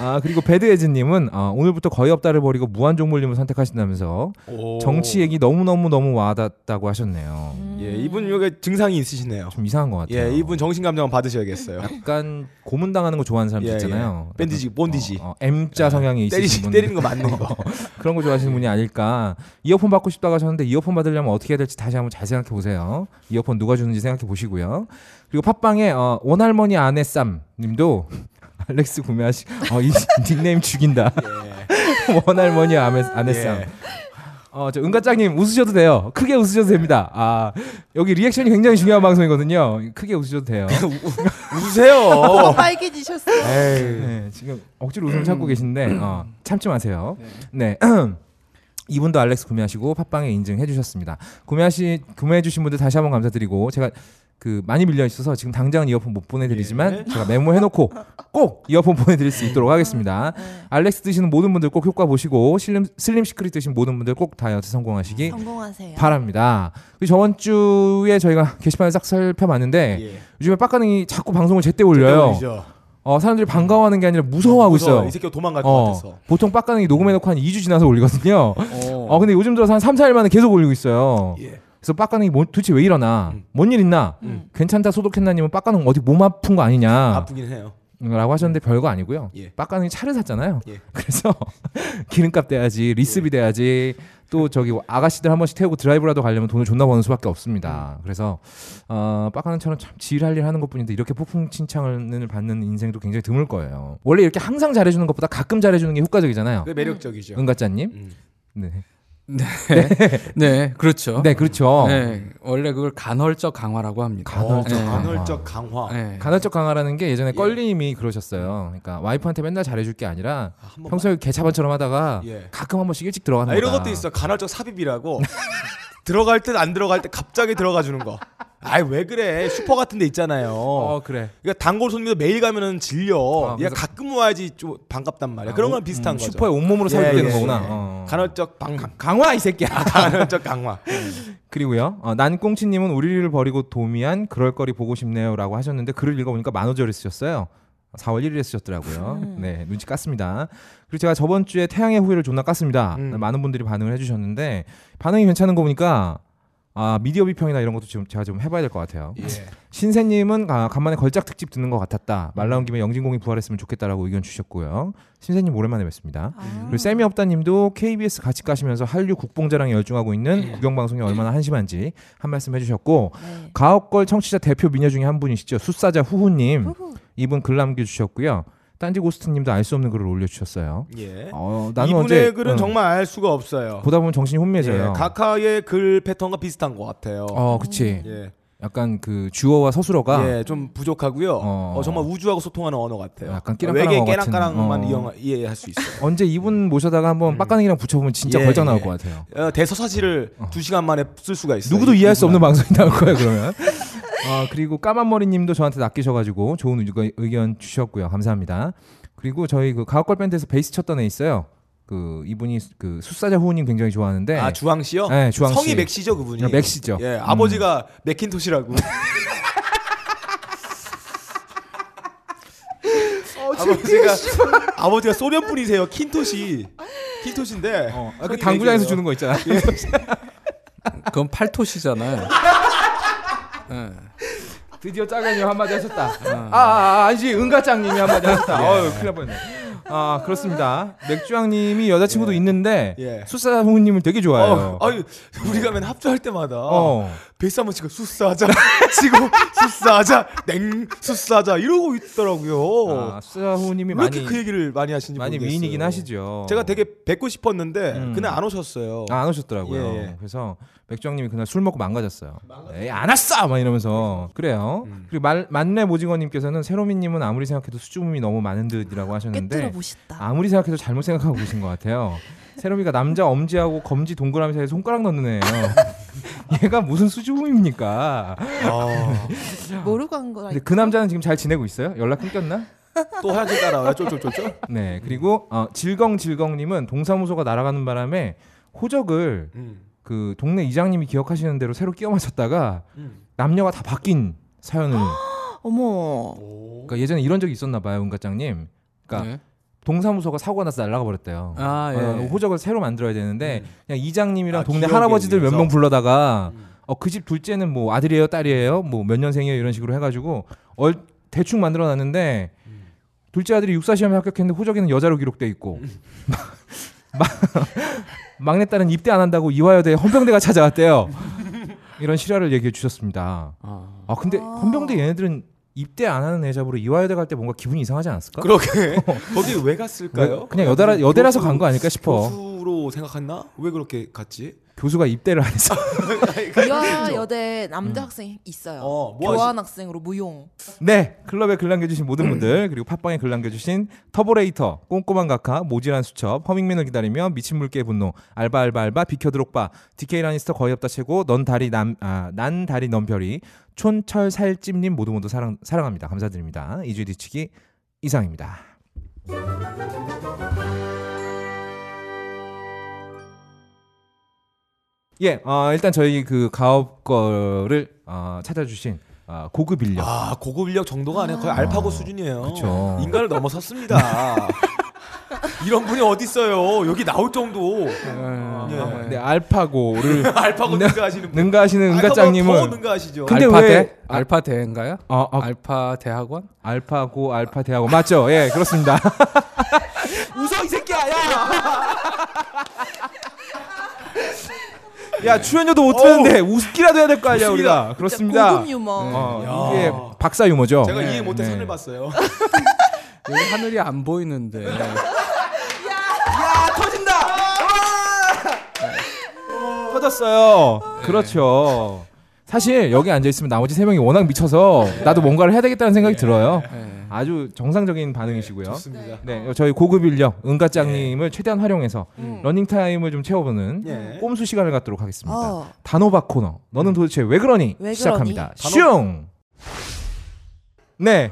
[SPEAKER 2] 아 그리고 배드에즈님은 어, 오늘부터 거의 없다를 버리고 무한종물님을 선택하신다면서
[SPEAKER 1] 오.
[SPEAKER 2] 정치 얘기 너무 너무 너무 와닿았다고 하셨네요.
[SPEAKER 1] 예, 이분 여기 증상이 있으시네요.
[SPEAKER 2] 좀 이상한 것 같아요.
[SPEAKER 1] 예, 이분 정신 감정 받으셔야겠어요.
[SPEAKER 2] 약간 고문당하는 거 좋아하는 사람들
[SPEAKER 1] 예,
[SPEAKER 2] 있잖아요.
[SPEAKER 1] 예. 밴디지,
[SPEAKER 2] 약간,
[SPEAKER 1] 본디지.
[SPEAKER 2] 음,
[SPEAKER 1] 예.
[SPEAKER 2] 어, 어, M자 성향이 있으신
[SPEAKER 1] 때리시,
[SPEAKER 2] 분
[SPEAKER 1] 때리는 거 맞는 거.
[SPEAKER 2] 그런 거 좋아하시는 분이 아닐까. 이어폰 받고 싶다고 하셨는데 이어폰 받으려면 어떻게 해야 될지 다시 한번 잘 생각해 보세요. 이어폰 누가 주는지 생각해 보시고요. 그리고 팟빵에 어, 원할머니 아내 쌈님도 알렉스 구매하시. 어, 이 닉네임 죽인다. 원할머니 아내 아내 쌈.
[SPEAKER 1] 예.
[SPEAKER 2] 어, 저 은가짱님 웃으셔도 돼요. 크게 웃으셔도 됩니다. 아 여기 리액션이 굉장히 중요한 방송이거든요. 크게 웃으셔도 돼요.
[SPEAKER 1] 웃으세요.
[SPEAKER 3] 빨개지셨어.
[SPEAKER 2] 네, 지금 억지로 웃음 을 참고 계신데 어, 참지 마세요. 네. 이분도 알렉스 구매하시고 팟빵에 인증해 주셨습니다. 구매하시 구매해 주신 분들 다시 한번 감사드리고 제가 그 많이 밀려 있어서 지금 당장은 이어폰 못 보내드리지만 제가 메모해 놓고 꼭 이어폰 보내드릴 수 있도록 하겠습니다. 알렉스 드시는 모든 분들 꼭 효과 보시고 슬림 슬림 시크릿 드신 모든 분들 꼭 다이어트 음, 성공하시기
[SPEAKER 3] 성공하세요.
[SPEAKER 2] 바랍니다. 그리고 저번 주에 저희가 게시판을 싹 살펴봤는데
[SPEAKER 1] 예.
[SPEAKER 2] 요즘에 빡가능이 자꾸 방송을 제때 올려요.
[SPEAKER 1] 대박이죠.
[SPEAKER 2] 어, 사람들이 반가워하는 게 아니라 무서워하고
[SPEAKER 1] 무서워요.
[SPEAKER 2] 있어요.
[SPEAKER 1] 이 새끼가 도망갈 것
[SPEAKER 2] 어,
[SPEAKER 1] 같아서.
[SPEAKER 2] 보통 빡가능이 녹음해놓고 한 2주 지나서 올리거든요. 어, 근데 요즘 들어서 한 3, 4일 만에 계속 올리고 있어요.
[SPEAKER 1] 예. 음.
[SPEAKER 2] 그래서 빡가능이 뭐, 도대체 왜 이러나? 뭔 일 있나? 괜찮다 소독했나님은 빡가능 어디 몸 아픈 거 아니냐?
[SPEAKER 1] 아프긴 해요.
[SPEAKER 2] 라고 하셨는데 별거 아니고요.
[SPEAKER 1] 예.
[SPEAKER 2] 빡가능이 차를 샀잖아요.
[SPEAKER 1] 예.
[SPEAKER 2] 그래서 기름값 돼야지, 리스비 돼야지, 또 저기 아가씨들 한 번씩 태우고 드라이브라도 가려면 돈을 존나 버는 수밖에 없습니다.
[SPEAKER 1] 음.
[SPEAKER 2] 그래서 어, 빡가능처럼 참 지랄일 하는 것뿐인데 이렇게 폭풍 칭찬을 받는 인생도 굉장히 드물 거예요. 원래 이렇게 항상 잘해주는 것보다 가끔 잘해주는 게 효과적이잖아요.
[SPEAKER 1] 그 매력적이죠.
[SPEAKER 2] 은가짜님.
[SPEAKER 1] 음.
[SPEAKER 2] 네.
[SPEAKER 4] 네,
[SPEAKER 1] 어?
[SPEAKER 4] 그렇죠.
[SPEAKER 2] 네, 그렇죠.
[SPEAKER 4] 네, 원래 그걸 간헐적 강화라고 합니다.
[SPEAKER 2] 간헐적
[SPEAKER 1] 어,
[SPEAKER 2] 강화.
[SPEAKER 1] 간헐적 강화.
[SPEAKER 4] 네.
[SPEAKER 2] 간헐적 강화라는 게 예전에 껄리님이 그러셨어요. 그러니까 와이프한테 맨날 잘해줄 게 아니라
[SPEAKER 1] 아, 한 번만.
[SPEAKER 2] 평소에 개차반처럼 하다가
[SPEAKER 1] 예.
[SPEAKER 2] 가끔 한 번씩 일찍 들어가는
[SPEAKER 1] 아,
[SPEAKER 2] 거다.
[SPEAKER 1] 이런 것도 있어. 요 간헐적 삽입이라고. 들어갈 듯 안 들어갈 때 갑자기 들어가 주는 거. 아이 왜 그래? 슈퍼 같은 데 있잖아요.
[SPEAKER 2] 어, 그래.
[SPEAKER 1] 그러니까 단골 손님도 매일 가면은 질려.
[SPEAKER 2] 아,
[SPEAKER 1] 얘가
[SPEAKER 2] 그래서- 아,
[SPEAKER 1] 가끔 와야지 좀 반갑단 말이야. 그런 거랑 비슷한 거죠.
[SPEAKER 2] 음, 슈퍼에 온몸으로
[SPEAKER 1] 예,
[SPEAKER 2] 삽입되는
[SPEAKER 1] 예,
[SPEAKER 2] 거구나.
[SPEAKER 1] 예.
[SPEAKER 2] 어.
[SPEAKER 1] 간헐적 방 아,
[SPEAKER 2] 강화 이 새끼야.
[SPEAKER 1] 간헐적 강화.
[SPEAKER 2] 그리고요. 어, 난꽁치님은 우리를 버리고 도미안 그럴거리 보고 싶네요라고 하셨는데 글을 읽어보니까 만오절에 쓰셨어요. 4월 1일에 쓰셨더라고요. 네, 눈치 깠습니다. 그리고 제가 저번 주에 태양의 후예를 존나 깠습니다.
[SPEAKER 1] 음.
[SPEAKER 2] 많은 분들이 반응을 해주셨는데 반응이 괜찮은 거 보니까 아 미디어 비평이나 이런 것도 지금 제가 좀 해봐야 될 것 같아요.
[SPEAKER 1] 예.
[SPEAKER 2] 신세님은 아, 간만에 걸작 특집 듣는 것 같았다. 말
[SPEAKER 1] 음.
[SPEAKER 2] 나온 김에 영진공이 부활했으면 좋겠다라고 의견 주셨고요. 신세님 오랜만에 뵙습니다.
[SPEAKER 3] 아.
[SPEAKER 2] 그리고 쌤이 없다님도 KBS 같이 가시면서 한류 국뽕자랑 열중하고 있는 국영방송이 얼마나 한심한지 한 말씀 해주셨고
[SPEAKER 3] 네.
[SPEAKER 2] 가옥걸 청취자 대표 미녀 중에 한 분이시죠. 숫사자 후후님
[SPEAKER 3] 후후.
[SPEAKER 2] 이분 글 남겨주셨고요. 딴지 고스트님도 알 수 없는 글을 올려주셨어요.
[SPEAKER 1] 예.
[SPEAKER 2] 어, 나는
[SPEAKER 1] 이분의
[SPEAKER 2] 언제
[SPEAKER 1] 글은
[SPEAKER 2] 응,
[SPEAKER 1] 정말 알 수가 없어요.
[SPEAKER 2] 보다 보면 정신이 혼미해져요.
[SPEAKER 1] 예, 가카의 글 패턴과 비슷한 것 같아요.
[SPEAKER 2] 어, 그치.
[SPEAKER 1] 예,
[SPEAKER 2] 약간 그 주어와 서술어가
[SPEAKER 1] 예, 좀 부족하고요.
[SPEAKER 2] 어.
[SPEAKER 1] 어, 정말 우주하고 소통하는 언어 같아요.
[SPEAKER 2] 약간 끼랑까랑어
[SPEAKER 1] 외계
[SPEAKER 2] 같은,
[SPEAKER 1] 깨랑까랑만
[SPEAKER 2] 어.
[SPEAKER 1] 이용- 이해할 수 있어요.
[SPEAKER 2] 언제 이분 모셔다가 한번 빡가능이랑 붙여보면 진짜
[SPEAKER 1] 예,
[SPEAKER 2] 걸작 나올
[SPEAKER 1] 예.
[SPEAKER 2] 것 같아요.
[SPEAKER 1] 어, 대서사지를 두 시간 만에 쓸 수가 있어요.
[SPEAKER 2] 누구도 이해할 수 없는
[SPEAKER 1] 이분은.
[SPEAKER 2] 방송이 나올 거예요 그러면. 아 그리고 까만머리님도 저한테 낚이셔가지고 좋은 의견- 의견 주셨고요 감사합니다. 그리고 저희 그 가옥걸 밴드에서 베이스 쳤던 애 있어요. 그 이분이 그 숫사자 후우님 굉장히 좋아하는데
[SPEAKER 1] 아 주황 씨요?
[SPEAKER 2] 네, 주황 씨.
[SPEAKER 1] 성이 맥시죠 그분이.
[SPEAKER 2] 아, 맥시죠.
[SPEAKER 1] 예,
[SPEAKER 2] 음.
[SPEAKER 1] 아버지가 맥킨토시라고. 어, 아버지가 아버지가 소련 분이세요. 킨토시 킨토시인데
[SPEAKER 2] 어, 아, 그
[SPEAKER 1] 형이
[SPEAKER 2] 당구장에서
[SPEAKER 1] 되세요.
[SPEAKER 2] 주는 거 있잖아.
[SPEAKER 1] 예.
[SPEAKER 4] 그건 팔토시잖아요. 예.
[SPEAKER 2] 드디어 짜장님 한마디 하셨다. 아, 아, 아 아니지 은가짱님이 한마디 하셨다.
[SPEAKER 1] 예.
[SPEAKER 2] 어유 큰일 날 뻔했네. 아 그렇습니다. 맥주왕님이 여자친구도 있는데
[SPEAKER 1] 예.
[SPEAKER 2] 수사 후님을 되게 좋아해요.
[SPEAKER 1] 어, 아유 우리가 맨 합주할 때마다
[SPEAKER 2] 어.
[SPEAKER 1] 베이스 한번 치고 수사하자 치고 수사하자 냉 수사하자 이러고 있더라고요.
[SPEAKER 2] 아, 수사 후님이
[SPEAKER 1] 왜 이렇게
[SPEAKER 2] 많이
[SPEAKER 1] 그 얘기를 많이 하시는지
[SPEAKER 2] 많이
[SPEAKER 1] 모르겠어요.
[SPEAKER 2] 미인이긴 하시죠.
[SPEAKER 1] 제가 되게 뵙고 싶었는데
[SPEAKER 2] 음.
[SPEAKER 1] 그날 안 오셨어요.
[SPEAKER 2] 아, 안 오셨더라고요.
[SPEAKER 1] 예, 예. 그래서
[SPEAKER 2] 그래서 맥주왕님이 그날 술 먹고 망가졌어요. 에이, 안 왔어! 막
[SPEAKER 1] 음.
[SPEAKER 2] 이러면서. 그래요. 그리고 말, 만렙 오징어님께서는 세로미님은 아무리 생각해도 수줍음이 너무 많은
[SPEAKER 1] 아,
[SPEAKER 2] 듯이라고
[SPEAKER 3] 깨뜨려
[SPEAKER 2] 하셨는데
[SPEAKER 3] 보시다.
[SPEAKER 2] 아무리 생각해도 잘못 생각하고 계신 것 같아요. 세로미가 남자 엄지하고 검지 동그라미 사이에 손가락 넣는 애예요. 얘가 무슨 수줍음입니까?
[SPEAKER 1] 아,
[SPEAKER 3] 모르고 한 거라.
[SPEAKER 2] 근데 그 남자는 지금 잘 지내고 있어요? 연락 끊겼나?
[SPEAKER 1] 또 화장실 따라와요. 쫄쫄쫄쫄.
[SPEAKER 2] 네. 그리고 어, 질겅질겅님은 동사무소가 날아가는 바람에 호적을 그 동네 이장님이 기억하시는 대로 새로 끼워 맞췄다가 남녀가 다 바뀐 사연을
[SPEAKER 3] 어머.
[SPEAKER 2] 그러니까 예전에 이런 적이 있었나 봐요 은가짱님 그러니까
[SPEAKER 4] 네.
[SPEAKER 2] 동사무소가 사고가 나서 날라가 버렸대요
[SPEAKER 4] 아, 예.
[SPEAKER 2] 어, 호적을 새로 만들어야 되는데 그냥 이장님이랑
[SPEAKER 1] 아,
[SPEAKER 2] 동네
[SPEAKER 1] 기억에
[SPEAKER 2] 할아버지들 몇
[SPEAKER 1] 의해서?
[SPEAKER 2] 명 불러다가 어, 그 집 둘째는 뭐 아들이에요 딸이에요 뭐 몇 년생이에요 이런 식으로 해가지고 얼, 대충 만들어놨는데 둘째 아들이 육사 시험에 합격했는데 호적에는 여자로 기록돼 있고 막- 막내딸은 입대 안 한다고 이화여대 헌병대가 찾아왔대요 이런 실화를 얘기해 주셨습니다
[SPEAKER 4] 아.
[SPEAKER 2] 아 근데 헌병대 얘네들은 입대 안 하는 애잡으로 이화여대 갈 때 뭔가 기분이 이상하지 않았을까?
[SPEAKER 1] 그러게 거기 왜
[SPEAKER 2] 어. 왜-
[SPEAKER 1] 갔을까요?
[SPEAKER 2] 그냥 여대라- 여대라서
[SPEAKER 1] 교수-
[SPEAKER 2] 간거 아닐까 싶어.
[SPEAKER 1] 교수로 생각했나? 왜 그렇게 갔지?
[SPEAKER 2] 교수가 입대를 안 해서
[SPEAKER 3] 이화 여대 남자 학생 있어요.
[SPEAKER 1] 어, 뭐 하시-
[SPEAKER 3] 교환 학생으로 무용.
[SPEAKER 2] 네 클럽에 글 남겨주신 모든 분들 그리고 팟빵에 글 남겨주신 터보레이터 꼼꼼한 각하 모질한 수첩 허밍맨을 기다리며 미친 물개의 분노 알바 알바 알바 비켜드록바 DK 라니스터 거의 없다 최고 넌 다리 남아난 다리 넌 별이 촌철 살찜님 모두 모두 사랑 사랑합니다 감사드립니다 이주 뒤치기 이상입니다. 예, 어, 일단 저희 그 가업 거를 어, 찾아주신 어, 고급 인력
[SPEAKER 1] 아 고급 인력 정도가 아니라 거의 알파고 수준이에요.
[SPEAKER 2] 그쵸.
[SPEAKER 1] 인간을 넘어섰습니다. 이런 분이 어디 있어요? 여기 나올 정도. 예.
[SPEAKER 2] 네, 알파고를
[SPEAKER 1] 알파고 능가하시는 분. 아,
[SPEAKER 2] 능가하시는
[SPEAKER 1] 더
[SPEAKER 2] 은가짱님은
[SPEAKER 1] 능가하시죠.
[SPEAKER 2] 근데
[SPEAKER 4] 알파
[SPEAKER 2] 왜-
[SPEAKER 4] 대? 알파 대인가요?
[SPEAKER 2] 아, 아,
[SPEAKER 4] 알파 대학원?
[SPEAKER 2] 알파고 알파 대하고 맞죠? 예, 그렇습니다.
[SPEAKER 1] 웃어 이 새끼야. 야.
[SPEAKER 2] 야 출연료도 못 드는데 웃기라도 해야 될 거 아니야
[SPEAKER 1] 웃습니다.
[SPEAKER 2] 우리가 그렇습니다.
[SPEAKER 3] 고급 유머.
[SPEAKER 2] 어,
[SPEAKER 1] 야.
[SPEAKER 2] 이게 박사 유머죠.
[SPEAKER 1] 아, 제가 이해
[SPEAKER 2] 네,
[SPEAKER 1] 못해
[SPEAKER 2] 네.
[SPEAKER 1] 산을 봤어요.
[SPEAKER 4] 여기 하늘이 안 보이는데.
[SPEAKER 2] 네. 터졌어요. 네. 그렇죠. 사실 여기 앉아 있으면 나머지 세 명이 워낙 미쳐서 나도 뭔가를 해야 되겠다는 생각이 들어요.
[SPEAKER 4] 네.
[SPEAKER 2] 아주 정상적인 반응이시고요.
[SPEAKER 1] 좋습니다. 네.
[SPEAKER 2] 네, 저희 고급 인력 은가짱님을 최대한 활용해서 러닝 타임을 좀 채워보는
[SPEAKER 1] 예.
[SPEAKER 2] 꼼수 시간을 갖도록 하겠습니다.
[SPEAKER 3] 어.
[SPEAKER 2] 단호박 코너. 너는
[SPEAKER 1] 음.
[SPEAKER 2] 도대체 왜 그러니?
[SPEAKER 3] 왜
[SPEAKER 2] 시작합니다. 슝. 네,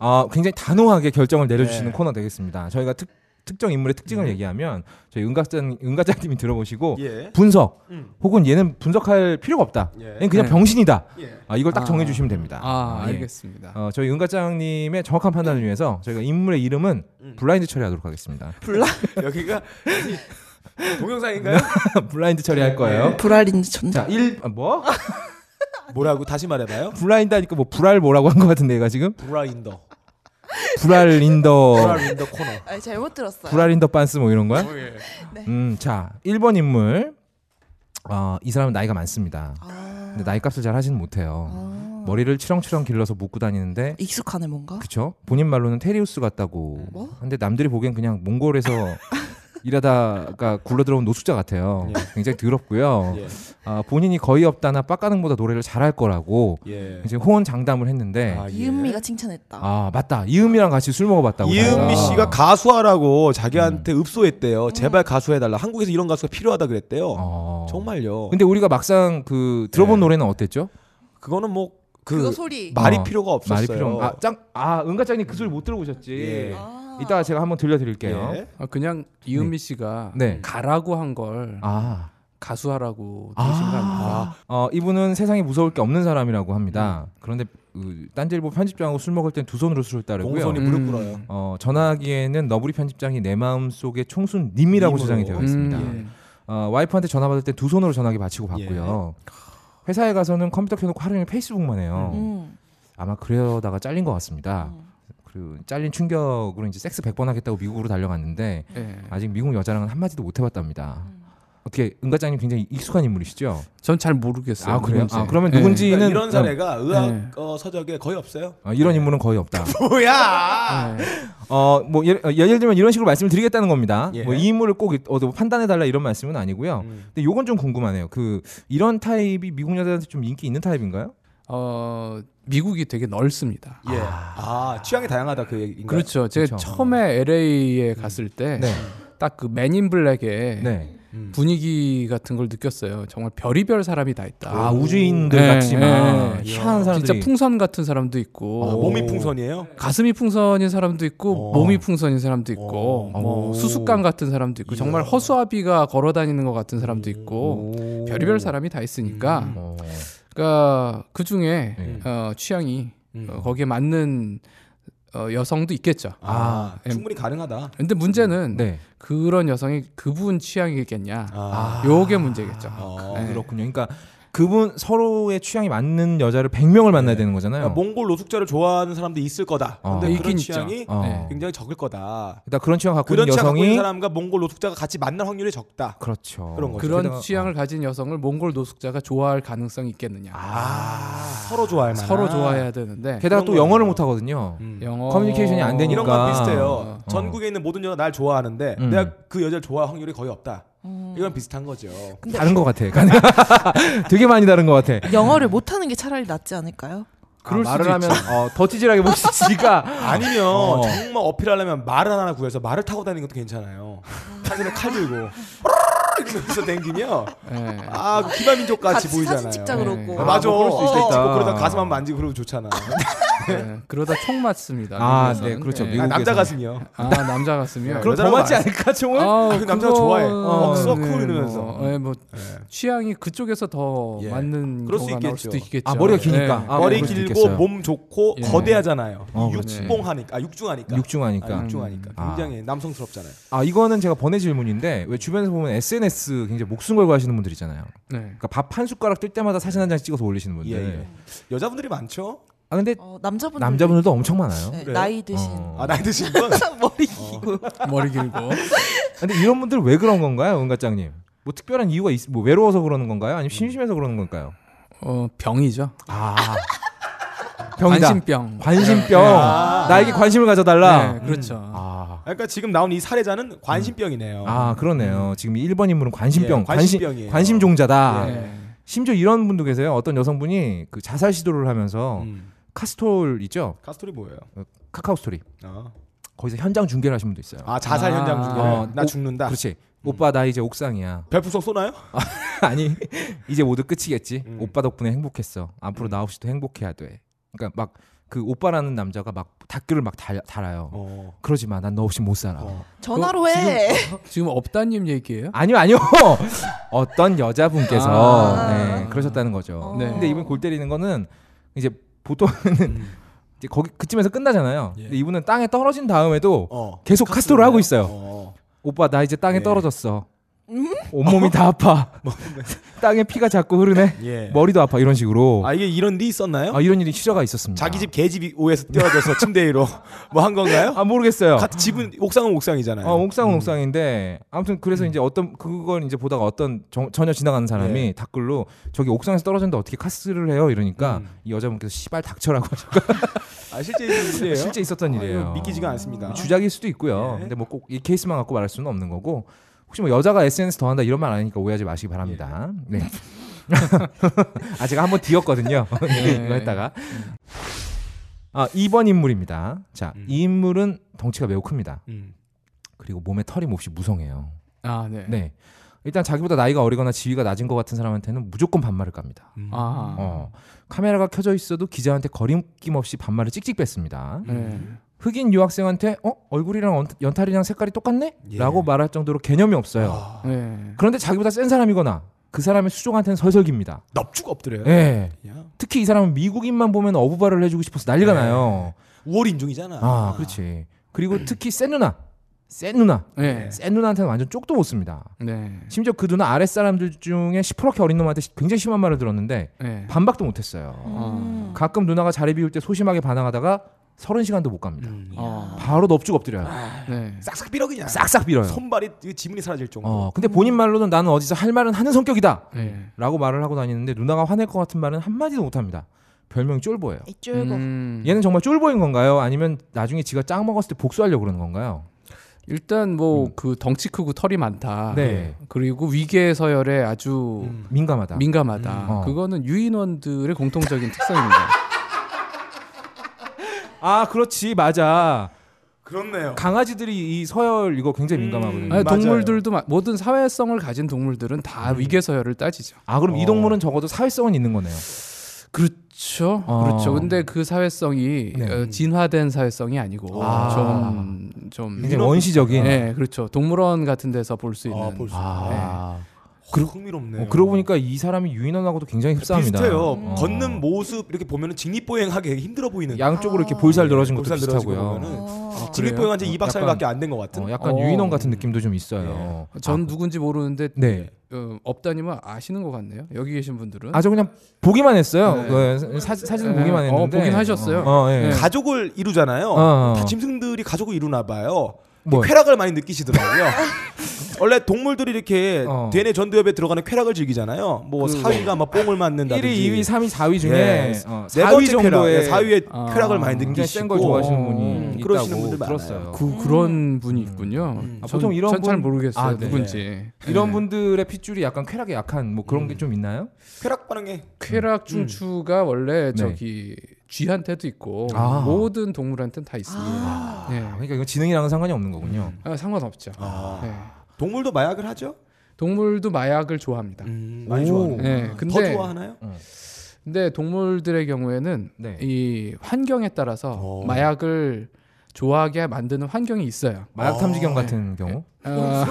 [SPEAKER 2] 어, 굉장히 단호하게 결정을 내려주시는
[SPEAKER 1] 네.
[SPEAKER 2] 코너 되겠습니다. 저희가 특, 특정 인물의 특징을 얘기하면 저희 은가짱 은가짱님이 들어보시고
[SPEAKER 1] 예.
[SPEAKER 2] 분석
[SPEAKER 1] 음.
[SPEAKER 2] 혹은 얘는 분석할 필요가 없다.
[SPEAKER 1] 예.
[SPEAKER 2] 얘는 그냥
[SPEAKER 4] 네.
[SPEAKER 2] 병신이다.
[SPEAKER 1] 예.
[SPEAKER 2] 아, 이걸 딱
[SPEAKER 4] 아.
[SPEAKER 2] 정해주시면 됩니다.
[SPEAKER 4] 아,
[SPEAKER 2] 예.
[SPEAKER 4] 알겠습니다.
[SPEAKER 2] 어, 저희 은가짱님의 정확한 판단을 위해서 저희가 인물의 이름은 음. 블라인드 처리하도록 하겠습니다.
[SPEAKER 1] 여기가 동영상인가요?
[SPEAKER 2] 블라인드 처리할 거예요.
[SPEAKER 3] 불알인지 존재.
[SPEAKER 2] 네. 자, 1 아, 뭐?
[SPEAKER 1] 뭐라고 다시 말해봐요.
[SPEAKER 2] 블라인드 하니까 뭐 불알 뭐라고 한 것 같은데 얘가 지금
[SPEAKER 1] 브라인더.
[SPEAKER 2] 어. 불알린더
[SPEAKER 1] 브라인더 코너.
[SPEAKER 3] 아, 잘못 들었어요.
[SPEAKER 2] 불알린더 빤스 뭐 이런 거야?
[SPEAKER 3] 네.
[SPEAKER 2] 음, 자, 1번 인물. 어, 이 사람은 나이가 많습니다.
[SPEAKER 3] 아,
[SPEAKER 2] 근데 나이 값을 잘 하지는 못해요.
[SPEAKER 3] 아.
[SPEAKER 2] 머리를 치렁치렁 길러서 묶고 다니는데
[SPEAKER 3] 익숙하네 뭔가.
[SPEAKER 2] 그쵸? 본인 말로는 테리우스
[SPEAKER 1] 음.
[SPEAKER 2] 같다고.
[SPEAKER 3] 뭐?
[SPEAKER 2] 근데 남들이 보기엔 그냥 몽골에서 일하다가 굴러 들어온 노숙자 같아요.
[SPEAKER 1] 예.
[SPEAKER 2] 굉장히 더럽고요.
[SPEAKER 1] 예.
[SPEAKER 2] 아, 본인이 거의 없다나 빡가능보다 노래를 잘할 거라고
[SPEAKER 1] 예.
[SPEAKER 2] 이제 호언 장담을 했는데 아,
[SPEAKER 1] 아, 예.
[SPEAKER 3] 이은미가 칭찬했다.
[SPEAKER 2] 맞다 이은미랑 같이 술 먹어봤다고 음.
[SPEAKER 1] 이은미
[SPEAKER 2] 자기가.
[SPEAKER 1] 씨가 가수하라고 자기한테 읍소했대요. 제발 가수해달라. 한국에서 이런 가수가 필요하다 그랬대요.
[SPEAKER 2] 어.
[SPEAKER 1] 정말요.
[SPEAKER 2] 근데 우리가 막상 그 들어본
[SPEAKER 1] 네.
[SPEAKER 2] 노래는 어땠죠?
[SPEAKER 1] 그거는 뭐
[SPEAKER 3] 그거
[SPEAKER 1] 그
[SPEAKER 3] 소리.
[SPEAKER 1] 말이
[SPEAKER 2] 어,
[SPEAKER 1] 필요가 없었어요.
[SPEAKER 2] 말이 필요 없- 아, 짱, 아 은가짱님 그 소리 못 들어보셨지.
[SPEAKER 1] 예.
[SPEAKER 3] 아.
[SPEAKER 2] 이따가 예. 제가 한번 들려드릴게요.
[SPEAKER 1] 예.
[SPEAKER 4] 아, 그냥 이은미 씨가
[SPEAKER 2] 네.
[SPEAKER 4] 가라고 한 걸
[SPEAKER 2] 아
[SPEAKER 4] 가수하라고 들으신 거 아닙니까?
[SPEAKER 2] 어, 이분은 세상에 무서울 게 없는 사람이라고 합니다. 그런데 그, 딴지일보 편집장하고 술 먹을 땐 두 손으로 술을 따르고요.
[SPEAKER 1] 공손히
[SPEAKER 4] 음.
[SPEAKER 1] 무릎 꿇어요.
[SPEAKER 2] 어, 전화기에는 너부리 편집장이 내 마음 속의 총수 님이라고 주장이 되어 있습니다.
[SPEAKER 4] 음,
[SPEAKER 2] 어, 와이프한테 전화 받을 때 두 손으로 전화기 받치고 받고요. 회사에 가서는 컴퓨터 켜놓고 하루 종일 페이스북만 해요.
[SPEAKER 3] 음.
[SPEAKER 2] 아마 그러다가 잘린 것 같습니다. 그리고 잘린 충격으로 이제 섹스 100번 하겠다고 미국으로 달려갔는데
[SPEAKER 4] 예.
[SPEAKER 2] 아직 미국 여자랑은 한마디도 못 해봤답니다. 어떻게 은가장님 굉장히 익숙한 인물이시죠?
[SPEAKER 4] 전잘 모르겠어요.
[SPEAKER 2] 아 그래요?
[SPEAKER 4] 누군지.
[SPEAKER 2] 아 그러면
[SPEAKER 4] 예.
[SPEAKER 2] 누군지는
[SPEAKER 1] 그러니까 이런 사례가 의학
[SPEAKER 4] 네.
[SPEAKER 1] 어, 서적에 거의 없어요.
[SPEAKER 2] 아, 이런 인물은 거의 없다.
[SPEAKER 1] 뭐야?
[SPEAKER 4] 예.
[SPEAKER 2] 어뭐 예를, 어, 예를 들면 이런 식으로 말씀을 드리겠다는 겁니다.
[SPEAKER 1] 예. 음.
[SPEAKER 2] 뭐 이 인물을 꼭 이- 어, 판단해 달라 이런 말씀은 아니고요. 근데 요건 좀 궁금하네요. 그 이런 타입이 미국 여자한테 좀 인기 있는 타입인가요?
[SPEAKER 4] 어, 미국이 되게 넓습니다.
[SPEAKER 1] 예. 아 취향이 다양하다 그 얘기인가요?
[SPEAKER 4] 그렇죠. 제가
[SPEAKER 2] 그렇죠.
[SPEAKER 4] 처음에 LA에 갔을 때
[SPEAKER 2] 네.
[SPEAKER 4] 딱 그 맨인
[SPEAKER 1] 예.
[SPEAKER 4] 블랙의
[SPEAKER 2] 네.
[SPEAKER 4] 분위기 같은 걸 느꼈어요. 정말 별의별 사람이 다 있다.
[SPEAKER 2] 아 우주인들
[SPEAKER 1] 예.
[SPEAKER 4] 네,
[SPEAKER 2] 같지만
[SPEAKER 4] 네.
[SPEAKER 2] 희한한
[SPEAKER 4] 진짜
[SPEAKER 2] 사람들이 뭐?
[SPEAKER 4] 풍선 같은 사람도 있고
[SPEAKER 1] 아, 몸이 풍선이에요?
[SPEAKER 4] 가슴이 풍선인 사람도 있고
[SPEAKER 1] 어.
[SPEAKER 4] 몸이 풍선인 사람도 있고
[SPEAKER 2] 어.
[SPEAKER 4] 뭐 수수깡 같은 사람도 있고 정말 허수아비가 걸어다니는 것 같은 사람도 있고
[SPEAKER 2] 오.
[SPEAKER 4] 별의별 사람이 다 있으니까
[SPEAKER 2] 어.
[SPEAKER 4] 그러니까 그 중에
[SPEAKER 1] 음.
[SPEAKER 2] 네.
[SPEAKER 4] 어, 취향이
[SPEAKER 2] 음.
[SPEAKER 4] 어, 거기에 맞는 어, 여성도 있겠죠.
[SPEAKER 1] 아,
[SPEAKER 4] 예.
[SPEAKER 1] 충분히 가능하다.
[SPEAKER 4] 근데 문제는
[SPEAKER 2] 네.
[SPEAKER 4] 그런 여성이 그분 취향이겠냐
[SPEAKER 1] 아.
[SPEAKER 4] 요게 문제겠죠.
[SPEAKER 1] 어,
[SPEAKER 4] 네.
[SPEAKER 2] 그렇군요. 그러니까 그분 서로의 취향이 맞는 여자를 100명을 만나야 되는 거잖아요.
[SPEAKER 1] 그러니까 몽골 노숙자를 좋아하는 사람도 있을 거다.
[SPEAKER 2] 예. 어.
[SPEAKER 1] 근데 그런
[SPEAKER 4] 있긴 있죠.
[SPEAKER 1] 취향이
[SPEAKER 2] 어.
[SPEAKER 4] 네.
[SPEAKER 1] 굉장히 적을 거다.
[SPEAKER 2] 그러니까 그런 취향 갖고
[SPEAKER 1] 그런
[SPEAKER 2] 있는
[SPEAKER 1] 취향 갖고 있는
[SPEAKER 2] 여성이
[SPEAKER 1] 사람과 몽골 노숙자가 같이 만날 확률이 적다.
[SPEAKER 2] 그렇죠.
[SPEAKER 1] 그런 거죠.
[SPEAKER 4] 그런
[SPEAKER 2] 게다가-
[SPEAKER 4] 취향을 가진 여성을 몽골 노숙자가 좋아할 가능성이 있겠느냐.
[SPEAKER 1] 아, 서로 좋아할 만한.
[SPEAKER 4] 서로 좋아해야 되는데
[SPEAKER 2] 게다가 또
[SPEAKER 1] 그런
[SPEAKER 2] 영어를
[SPEAKER 1] 거예요.
[SPEAKER 2] 못 하거든요.
[SPEAKER 1] 음.
[SPEAKER 4] 영어
[SPEAKER 2] 네. 커뮤니케이션이 안 되니까.
[SPEAKER 1] 이런 건
[SPEAKER 2] 어.
[SPEAKER 1] 비슷해요. 전국에 있는 모든 여자 날 좋아하는데
[SPEAKER 2] 음.
[SPEAKER 1] 내가 그 여자를 좋아할 확률이 거의 없다. 이건 비슷한 거죠.
[SPEAKER 2] 다른 것 같아. 되게 많이 다른 것 같아.
[SPEAKER 3] 영어를 못하는 게 차라리 낫지 않을까요?
[SPEAKER 2] 그럴
[SPEAKER 4] 아,
[SPEAKER 2] 수도
[SPEAKER 4] 말을
[SPEAKER 2] 있지. 어, 더티질하게 볼수 있으니까.
[SPEAKER 1] 아니면
[SPEAKER 2] 어.
[SPEAKER 1] 정말 어필하려면 말을 하나 구해서 말을 타고 다니는 것도 괜찮아요. 사진을 칼 들고 이러면서 댕기면
[SPEAKER 4] 예.
[SPEAKER 1] 아 기마민족 같이 보이잖아요.
[SPEAKER 3] 사진 찍자
[SPEAKER 4] 네.
[SPEAKER 3] 그러고.
[SPEAKER 1] 아, 맞아.
[SPEAKER 2] 아, 뭐 그럴 수
[SPEAKER 1] 사진
[SPEAKER 2] 있겠다.
[SPEAKER 1] 찍고 그러다 가슴 한번 만지고 그러고 좋잖아.
[SPEAKER 4] 예. 그러다 총 맞습니다.
[SPEAKER 2] 아,
[SPEAKER 4] 미국에서는.
[SPEAKER 2] 네, 그렇죠.
[SPEAKER 4] 예.
[SPEAKER 1] 아,
[SPEAKER 2] 미국-
[SPEAKER 1] 남자
[SPEAKER 2] 미국에서는.
[SPEAKER 1] 가슴이요.
[SPEAKER 4] 아, 남자 같으면
[SPEAKER 1] 그럼
[SPEAKER 2] 더 맞지 않을까, 총을?
[SPEAKER 1] 아, 그 남자가 좋아해.
[SPEAKER 2] 어,
[SPEAKER 1] 억수로 쿨 이러면서.
[SPEAKER 4] 뭐, 예, 뭐
[SPEAKER 2] 네.
[SPEAKER 4] 취향이 그쪽에서 더
[SPEAKER 1] 예.
[SPEAKER 4] 맞는
[SPEAKER 1] 그럴 수
[SPEAKER 4] 경우가 나올
[SPEAKER 1] 있겠죠.
[SPEAKER 4] 수도 있겠죠.
[SPEAKER 2] 아, 머리가
[SPEAKER 4] 예.
[SPEAKER 2] 기니까. 아,
[SPEAKER 1] 머리
[SPEAKER 2] 그럴 수도
[SPEAKER 1] 길고
[SPEAKER 2] 있겠어요.
[SPEAKER 1] 몸 좋고
[SPEAKER 4] 예.
[SPEAKER 1] 거대하잖아요.
[SPEAKER 2] 어,
[SPEAKER 1] 육봉하니까 아 육중하니까.
[SPEAKER 2] 육중하니까.
[SPEAKER 1] 아, 육중하니까.
[SPEAKER 2] 아.
[SPEAKER 1] 굉장히 남성스럽잖아요.
[SPEAKER 2] 아, 이거는 제가 번외 질문인데, 왜 주변에서 보면 SNS 굉장히 목숨 걸고 하시는 분들 있잖아요.
[SPEAKER 4] 네.
[SPEAKER 2] 그러니까 밥 한 숟가락 뜰 때마다 사진 한 장 찍어서 올리시는 분들.
[SPEAKER 1] 예, 예. 여자분들이 많죠.
[SPEAKER 2] 아, 근데
[SPEAKER 3] 어, 남자분들
[SPEAKER 2] 남자분들도 엄청 많아요.
[SPEAKER 3] 네,
[SPEAKER 1] 그래요?
[SPEAKER 3] 나이 드신
[SPEAKER 2] 어.
[SPEAKER 1] 아 나이 드신 분.
[SPEAKER 3] 머리 기고
[SPEAKER 4] 머리 길고.
[SPEAKER 2] 근데 이런 분들 왜 그런 건가요, 은가짱님? 뭐 특별한 이유가 있, 뭐 외로워서 그러는 건가요? 아니면 심심해서 그러는 건가요?
[SPEAKER 4] 어, 병이죠.
[SPEAKER 2] 아,
[SPEAKER 4] 관심병.
[SPEAKER 2] 관심병. 나에게 관심을 가져달라.
[SPEAKER 4] 네, 그렇죠.
[SPEAKER 2] 아,
[SPEAKER 1] 아. 그러니까 지금 나온 이 사례자는 관심병이네요.
[SPEAKER 2] 아 그러네요. 지금 이 1번 인물은 관심병,
[SPEAKER 1] 예,
[SPEAKER 2] 관심,
[SPEAKER 1] 관심병이에요.
[SPEAKER 2] 관심
[SPEAKER 4] 네.
[SPEAKER 2] 종자다.
[SPEAKER 1] 예.
[SPEAKER 2] 심지어 이런 분도 계세요. 어떤 여성분이 그 자살 시도를 하면서
[SPEAKER 1] 음.
[SPEAKER 2] 카스톨 있죠,
[SPEAKER 1] 카스토리 뭐예요?
[SPEAKER 2] 카카오 스토리
[SPEAKER 1] 어.
[SPEAKER 2] 거기서 현장 중계를 하신 분도 있어요.
[SPEAKER 1] 아 자살
[SPEAKER 4] 아.
[SPEAKER 1] 현장 중에
[SPEAKER 2] 어,
[SPEAKER 1] 나 음.
[SPEAKER 2] 오-
[SPEAKER 1] 죽는다.
[SPEAKER 2] 그렇지. 오빠 나 이제 옥상이야.
[SPEAKER 1] 별풍선 쏘나요?
[SPEAKER 2] 아니 이제 모두 끝이겠지.
[SPEAKER 1] 음.
[SPEAKER 2] 오빠 덕분에 행복했어. 앞으로 나 없이도 행복해야 돼. 그러니까 막 그 오빠라는 남자가 막 닭글을 막 달, 달아요.
[SPEAKER 1] 어.
[SPEAKER 2] 그러지 마. 난 너 없이 못 살아.
[SPEAKER 3] 전화로 해.
[SPEAKER 4] 그 지금 업다님 얘기예요?
[SPEAKER 2] 아니요 아니요. 어떤 여자분께서
[SPEAKER 4] 아.
[SPEAKER 2] 네, 그러셨다는 거죠.
[SPEAKER 3] 어.
[SPEAKER 4] 네.
[SPEAKER 2] 근데 이분 골 때리는 거는 이제 보통은
[SPEAKER 1] 음.
[SPEAKER 2] 이제 거기 그쯤에서 끝나잖아요. 근데 이분은 땅에 떨어진 다음에도
[SPEAKER 1] 예. 어.
[SPEAKER 2] 계속 카스토를 하고 있어요.
[SPEAKER 1] 어.
[SPEAKER 2] 오빠 나 이제 땅에
[SPEAKER 1] 예.
[SPEAKER 2] 떨어졌어. 온몸이 다 아파. 땅에 피가 자꾸 흐르네.
[SPEAKER 1] 예.
[SPEAKER 2] 머리도 아파 이런 식으로.
[SPEAKER 1] 아 이게 이런 데 있었나요?
[SPEAKER 2] 뭐? 아 이런 일이 취재가 있었습니다.
[SPEAKER 1] 자기 집 개집 위에서 뛰어져서 침대 위로 뭐 한 건가요?
[SPEAKER 2] 아 모르겠어요.
[SPEAKER 1] 같은 집은 옥상은 옥상이잖아요.
[SPEAKER 2] 어, 옥상은 옥상인데 아무튼 그래서 이제 어떤 그걸 이제 보다가 어떤 정- 전혀 지나가는 사람이
[SPEAKER 1] 음. 예.
[SPEAKER 2] 댓글로 저기 옥상에서 떨어졌는데 어떻게 카스를 해요 이러니까
[SPEAKER 1] 음.
[SPEAKER 2] 이 여자분께서 시발 닥쳐라고 하셨고
[SPEAKER 1] 아 실제 있는 일이에요.
[SPEAKER 2] 실제 있었던
[SPEAKER 1] 아, 이거
[SPEAKER 2] 일이에요. 음,
[SPEAKER 1] 믿기지가 않습니다.
[SPEAKER 2] 주작일 수도 있고요. 근데 뭐 꼭 이 케이스만 갖고 말할 수는 없는 거고 혹시 뭐 여자가 SNS 더 한다 이런 말 아니니까 오해하지 마시기 바랍니다. 네. 아 제가 한번 뒤었거든요. 네, 이거 했다가 아 2번 인물입니다. 자, 이 인물은 덩치가 매우 큽니다.
[SPEAKER 1] 음.
[SPEAKER 2] 그리고 몸에 털이 몹시 무성해요.
[SPEAKER 4] 아, 네.
[SPEAKER 2] 네. 일단 자기보다 나이가 어리거나 지위가 낮은 것 같은 사람한테는 무조건 반말을 갑니다.
[SPEAKER 1] 음.
[SPEAKER 4] 아.
[SPEAKER 2] 어. 카메라가 켜져 있어도 기자한테 거림낌 없이 반말을 찍찍 뺐습니다.
[SPEAKER 4] 네.
[SPEAKER 2] 흑인 유학생한테 어 얼굴이랑 언- 연탈이랑 색깔이
[SPEAKER 4] 예.
[SPEAKER 2] 똑같네?라고 말할 정도로 개념이 없어요.
[SPEAKER 1] 아,
[SPEAKER 4] 네.
[SPEAKER 2] 그런데 자기보다 센 사람이거나 그 사람의 수종한테는 설석입니다.
[SPEAKER 1] 넙죽 엎드려요.
[SPEAKER 4] 네.
[SPEAKER 2] 예.
[SPEAKER 1] 야.
[SPEAKER 2] 특히 이 사람은 미국인만 보면 어부발을 해주고 싶어서 난리가
[SPEAKER 4] 네.
[SPEAKER 2] 나요.
[SPEAKER 1] 우월 인종이잖아.
[SPEAKER 2] 아, 그렇지. 그리고 특히 센 누나, 센 누나,
[SPEAKER 4] 네.
[SPEAKER 2] 센 누나한테는 완전 쪽도 못 씁니다.
[SPEAKER 4] 네.
[SPEAKER 2] 심지어 그 누나 아랫 사람들 중에 시퍼렇게 어린 놈한테 시- 굉장히 심한 말을 들었는데
[SPEAKER 4] 네.
[SPEAKER 2] 반박도
[SPEAKER 3] 음.
[SPEAKER 2] 못했어요.
[SPEAKER 4] 어.
[SPEAKER 2] 가끔 누나가 자리 비울 때 소심하게 반항하다가 서른 시간도 못 갑니다.
[SPEAKER 4] 어.
[SPEAKER 2] 바로 넙죽 엎드려요.
[SPEAKER 4] 네.
[SPEAKER 1] 싹싹 빌어 그냥.
[SPEAKER 2] 싹싹 빌어요.
[SPEAKER 1] 손발이 이 지문이 사라질 정도.
[SPEAKER 2] 네. 어, 근데 본인 말로는 나는 어디서 할 말은 하는 성격이다.
[SPEAKER 4] 네.
[SPEAKER 2] 라고 말을 하고 다니는데 누나가 화낼 것 같은 말은 한마디도 못합니다. 별명이 쫄보예요.
[SPEAKER 3] 이 쫄고
[SPEAKER 4] 음.
[SPEAKER 2] 얘는 정말 쫄보인 건가요? 아니면 나중에 지가 짱 먹었을 때 복수하려고 그러는 건가요?
[SPEAKER 4] 일단 뭐 그 덩치 크고 털이 많다.
[SPEAKER 2] 네.
[SPEAKER 4] 그리고 위계 서열에 아주
[SPEAKER 2] 민감하다.
[SPEAKER 4] 민감하다.
[SPEAKER 2] 음. 어.
[SPEAKER 4] 그거는 유인원들의 공통적인 특성입니다.
[SPEAKER 2] 아, 그렇지. 맞아.
[SPEAKER 1] 그렇네요.
[SPEAKER 2] 강아지들이 이 서열 이거 굉장히 민감하거든요.
[SPEAKER 4] 아니,
[SPEAKER 1] 맞아요.
[SPEAKER 4] 동물들도 마- 모든 사회성을 가진 동물들은 다 위계 서열을 따지죠.
[SPEAKER 2] 아, 그럼 이 동물은 적어도 사회성은 있는 거네요.
[SPEAKER 4] 그렇죠.
[SPEAKER 2] 어.
[SPEAKER 4] 그렇죠. 근데 그 사회성이
[SPEAKER 2] 네.
[SPEAKER 4] 어, 진화된 사회성이 아니고
[SPEAKER 2] 아.
[SPEAKER 4] 좀 좀.
[SPEAKER 2] 굉장히 원시적인.
[SPEAKER 4] 네, 그렇죠. 동물원 같은 데서 볼 수 있는.
[SPEAKER 1] 아, 볼수
[SPEAKER 2] 아.
[SPEAKER 1] 그러, 흥미롭네요.
[SPEAKER 2] 어, 그러고 보니까 이 사람이 유인원하고도 굉장히 흡사합니다.
[SPEAKER 1] 비슷해요.
[SPEAKER 2] 어.
[SPEAKER 1] 걷는 모습 이렇게 보면은 직립보행하기 힘들어 보이는. 네,
[SPEAKER 2] 양쪽으로 이렇게 볼살 늘어진 것도
[SPEAKER 1] 볼살 늘어지고
[SPEAKER 2] 비슷하고요.
[SPEAKER 1] 보면은
[SPEAKER 3] 어.
[SPEAKER 1] 직립보행한 지
[SPEAKER 2] 그래요?
[SPEAKER 1] 2박 3일밖에 안 된 것 같은. 네.
[SPEAKER 2] 어, 약간
[SPEAKER 4] 어.
[SPEAKER 2] 유인원 같은 느낌도 좀 있어요.
[SPEAKER 4] 전
[SPEAKER 2] 아,
[SPEAKER 4] 누군지 모르는데
[SPEAKER 2] 네.
[SPEAKER 4] 어, 업다님은 아시는 것 같네요. 여기 계신 분들은. 어.
[SPEAKER 2] 아저 그냥 보기만 했어요.
[SPEAKER 4] 네.
[SPEAKER 2] 그 사, 사진
[SPEAKER 4] 네.
[SPEAKER 2] 보기만
[SPEAKER 4] 어,
[SPEAKER 2] 했는데.
[SPEAKER 4] 보긴 하셨어요.
[SPEAKER 2] 어, 어, 예.
[SPEAKER 4] 네.
[SPEAKER 1] 가족을 이루잖아요.
[SPEAKER 2] 어, 어.
[SPEAKER 1] 뭐 다 짐승들이 가족을 이루나 봐요.
[SPEAKER 2] 뭐.
[SPEAKER 1] 쾌락을 많이 느끼시더라고요. 원래 동물들이 이렇게
[SPEAKER 2] 어. 그
[SPEAKER 1] DNA 전두엽에 들어가는 쾌락을 즐기잖아요. 뭐 사위가 막 뽕을 맞는다든지.
[SPEAKER 2] 1위, 2위, 3위, 4위 중에
[SPEAKER 1] 예.
[SPEAKER 2] 어,
[SPEAKER 1] 네
[SPEAKER 2] 4위
[SPEAKER 1] 번째 쾌락,
[SPEAKER 2] 정도의
[SPEAKER 1] 예, 4위의
[SPEAKER 4] 아,
[SPEAKER 1] 쾌락을 많이
[SPEAKER 2] 굉장히 센
[SPEAKER 1] 느끼시고
[SPEAKER 2] 걸 좋아하시는 분이
[SPEAKER 4] 음,
[SPEAKER 2] 있다고
[SPEAKER 1] 그러시는 분들 많아요.
[SPEAKER 2] 들었어요.
[SPEAKER 4] 그 그런 분이 있군요.
[SPEAKER 2] 아,
[SPEAKER 4] 음. 전-
[SPEAKER 2] 보통 이런
[SPEAKER 4] 전잘
[SPEAKER 2] 분-
[SPEAKER 4] 모르겠어요
[SPEAKER 2] 아, 네.
[SPEAKER 4] 누군지.
[SPEAKER 2] 이런
[SPEAKER 4] 네.
[SPEAKER 2] 분들의 핏줄이 약간 쾌락에 약한 뭐 그런 게 좀 있나요?
[SPEAKER 1] 쾌락 반응에
[SPEAKER 4] 쾌락 중추가 원래
[SPEAKER 2] 네.
[SPEAKER 4] 저기 쥐한테도 있고
[SPEAKER 2] 아.
[SPEAKER 4] 모든 동물한테는 다 있습니다. 네.
[SPEAKER 2] 아, 그러니까 이건 지능이랑은 상관이 없는 거군요.
[SPEAKER 4] 아, 상관없죠. 네.
[SPEAKER 1] 동물도 마약을 하죠? 음,
[SPEAKER 4] 동물도 마약을 좋아합니다.
[SPEAKER 1] 많이 좋아하는.
[SPEAKER 2] 오.
[SPEAKER 4] 네,
[SPEAKER 1] 더
[SPEAKER 4] 근데
[SPEAKER 1] 좋아하나요?
[SPEAKER 4] 근데 동물들의 경우에는
[SPEAKER 2] 네.
[SPEAKER 4] 이 환경에 따라서
[SPEAKER 1] 오.
[SPEAKER 4] 마약을 좋아하게 만드는 환경이 있어요.
[SPEAKER 2] 마약 탐지경 같은 경우
[SPEAKER 3] 어,
[SPEAKER 4] 아,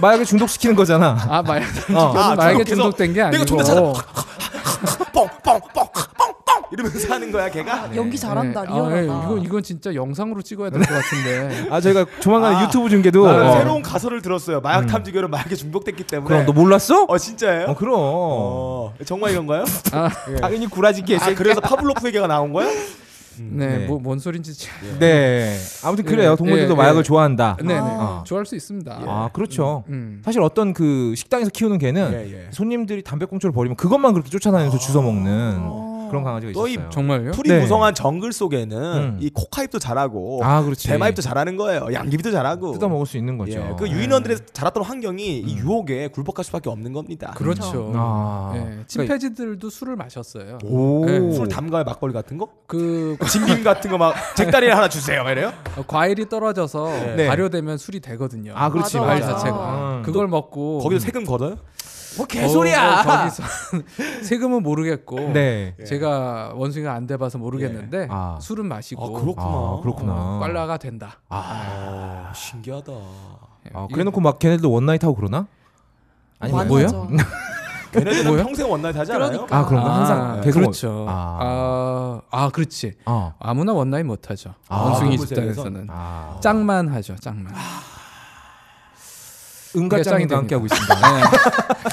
[SPEAKER 2] 마약에 중독시키는 거잖아.
[SPEAKER 4] 아 마약
[SPEAKER 2] 어.
[SPEAKER 1] 아,
[SPEAKER 4] 마약에
[SPEAKER 1] 계속
[SPEAKER 4] 중독된 게
[SPEAKER 1] 내가
[SPEAKER 4] 아니고
[SPEAKER 1] 존나 잘한다. 뻥뻥뻥뻥뻥 이러면서 하는 거야 걔가?
[SPEAKER 3] 연기 잘한다
[SPEAKER 4] 네. 아,
[SPEAKER 3] 리얼하다.
[SPEAKER 4] 예. 이건 이건 진짜 영상으로 찍어야 될 것 같은데.
[SPEAKER 2] 아 저희가 조만간
[SPEAKER 1] 아,
[SPEAKER 2] 유튜브 중계도
[SPEAKER 1] 나는
[SPEAKER 2] 어. 음.
[SPEAKER 1] 새로운 가설을 들었어요. 마약 탐지견은 마약에 중독됐기 때문에.
[SPEAKER 2] 그럼 너 몰랐어?
[SPEAKER 1] 어 진짜예요?
[SPEAKER 2] 어, 그럼 아,
[SPEAKER 1] 어, 정말 이건가요? 예.
[SPEAKER 2] 당연히 구라지 개.
[SPEAKER 1] 아, 그래서 파블로프 얘기가 나온 거야?
[SPEAKER 4] 네,
[SPEAKER 2] 네.
[SPEAKER 4] 뭐 뭔 소린지 참-
[SPEAKER 2] 네 아무튼 그래요
[SPEAKER 4] 예,
[SPEAKER 2] 동물들도
[SPEAKER 4] 예,
[SPEAKER 2] 마약을
[SPEAKER 4] 예.
[SPEAKER 2] 좋아한다.
[SPEAKER 4] 네, 네.
[SPEAKER 2] 아.
[SPEAKER 4] 좋아할 수 있습니다.
[SPEAKER 1] 예.
[SPEAKER 2] 아 그렇죠.
[SPEAKER 4] 음.
[SPEAKER 2] 사실 어떤 그 식당에서 키우는 개는
[SPEAKER 1] 예, 예.
[SPEAKER 2] 손님들이 담배꽁초를 버리면 그것만 그렇게 쫓아다니면서 주워 먹는 그런 강아지가
[SPEAKER 1] 또 이-
[SPEAKER 2] 있었어요.
[SPEAKER 4] 정말요?
[SPEAKER 1] 풀이
[SPEAKER 2] 네.
[SPEAKER 1] 무성한 정글 속에는
[SPEAKER 2] 음.
[SPEAKER 1] 이 코카잎도 잘하고
[SPEAKER 2] 아 그렇지.
[SPEAKER 1] 대마잎도 잘하는 거예요. 양귀비도 잘하고.
[SPEAKER 2] 뜯어 먹을 수 있는 거죠.
[SPEAKER 1] 예, 그 유인원들의 자랐던 환경이 이 유혹에 굴복할 수밖에 없는 겁니다.
[SPEAKER 4] 그렇죠.
[SPEAKER 2] 아.
[SPEAKER 4] 예,
[SPEAKER 2] 그러니까
[SPEAKER 4] 침팬지들도 술을 마셨어요.
[SPEAKER 2] 오.
[SPEAKER 4] 네.
[SPEAKER 1] 예, 술 담가요 막걸리 같은 거?
[SPEAKER 4] 그
[SPEAKER 1] 진빔 같은 거 막 잭다리 하나 주세요. 막 이래요?
[SPEAKER 4] 어, 과일이 떨어져서
[SPEAKER 2] 네.
[SPEAKER 4] 발효되면 술이 되거든요.
[SPEAKER 2] 아 그렇지
[SPEAKER 3] 맞아,
[SPEAKER 4] 과일
[SPEAKER 3] 맞아.
[SPEAKER 4] 자체가
[SPEAKER 2] 음.
[SPEAKER 4] 그걸 먹고
[SPEAKER 1] 거기서 세금 걷어요?
[SPEAKER 2] 뭐
[SPEAKER 4] 어, 어, 거기서 세금은 모르겠고
[SPEAKER 2] 네.
[SPEAKER 4] 제가 원숭이가 안 돼봐서 모르겠는데
[SPEAKER 2] 아.
[SPEAKER 4] 술은 마시고
[SPEAKER 1] 아 어, 그렇구나.
[SPEAKER 2] 아 그렇구나.
[SPEAKER 4] 꽐라가 된다.
[SPEAKER 1] 아, 신기하다.
[SPEAKER 2] 아, 그래놓고 막 걔네들도 원나잇 하고 그러나? 아니면
[SPEAKER 3] 맞아.
[SPEAKER 2] 뭐예요?
[SPEAKER 1] 걔네들은
[SPEAKER 4] 뭐야?
[SPEAKER 1] 평생 원나잇 하지 않아요? 예,
[SPEAKER 3] 그러니까.
[SPEAKER 2] 아 그런가 항상 계속
[SPEAKER 4] 그렇죠.
[SPEAKER 2] 아.
[SPEAKER 4] 아, 아 그렇지.
[SPEAKER 2] 어.
[SPEAKER 4] 아무나 원나잇 못하죠.
[SPEAKER 2] 아,
[SPEAKER 4] 원숭이
[SPEAKER 1] 그런
[SPEAKER 4] 집단에서는
[SPEAKER 2] 아.
[SPEAKER 4] 짝만 하죠. 짝만.
[SPEAKER 2] 응가
[SPEAKER 4] 그게 짱이
[SPEAKER 2] 짱이도 함께
[SPEAKER 4] 됩니다.
[SPEAKER 2] 하고 있습니다.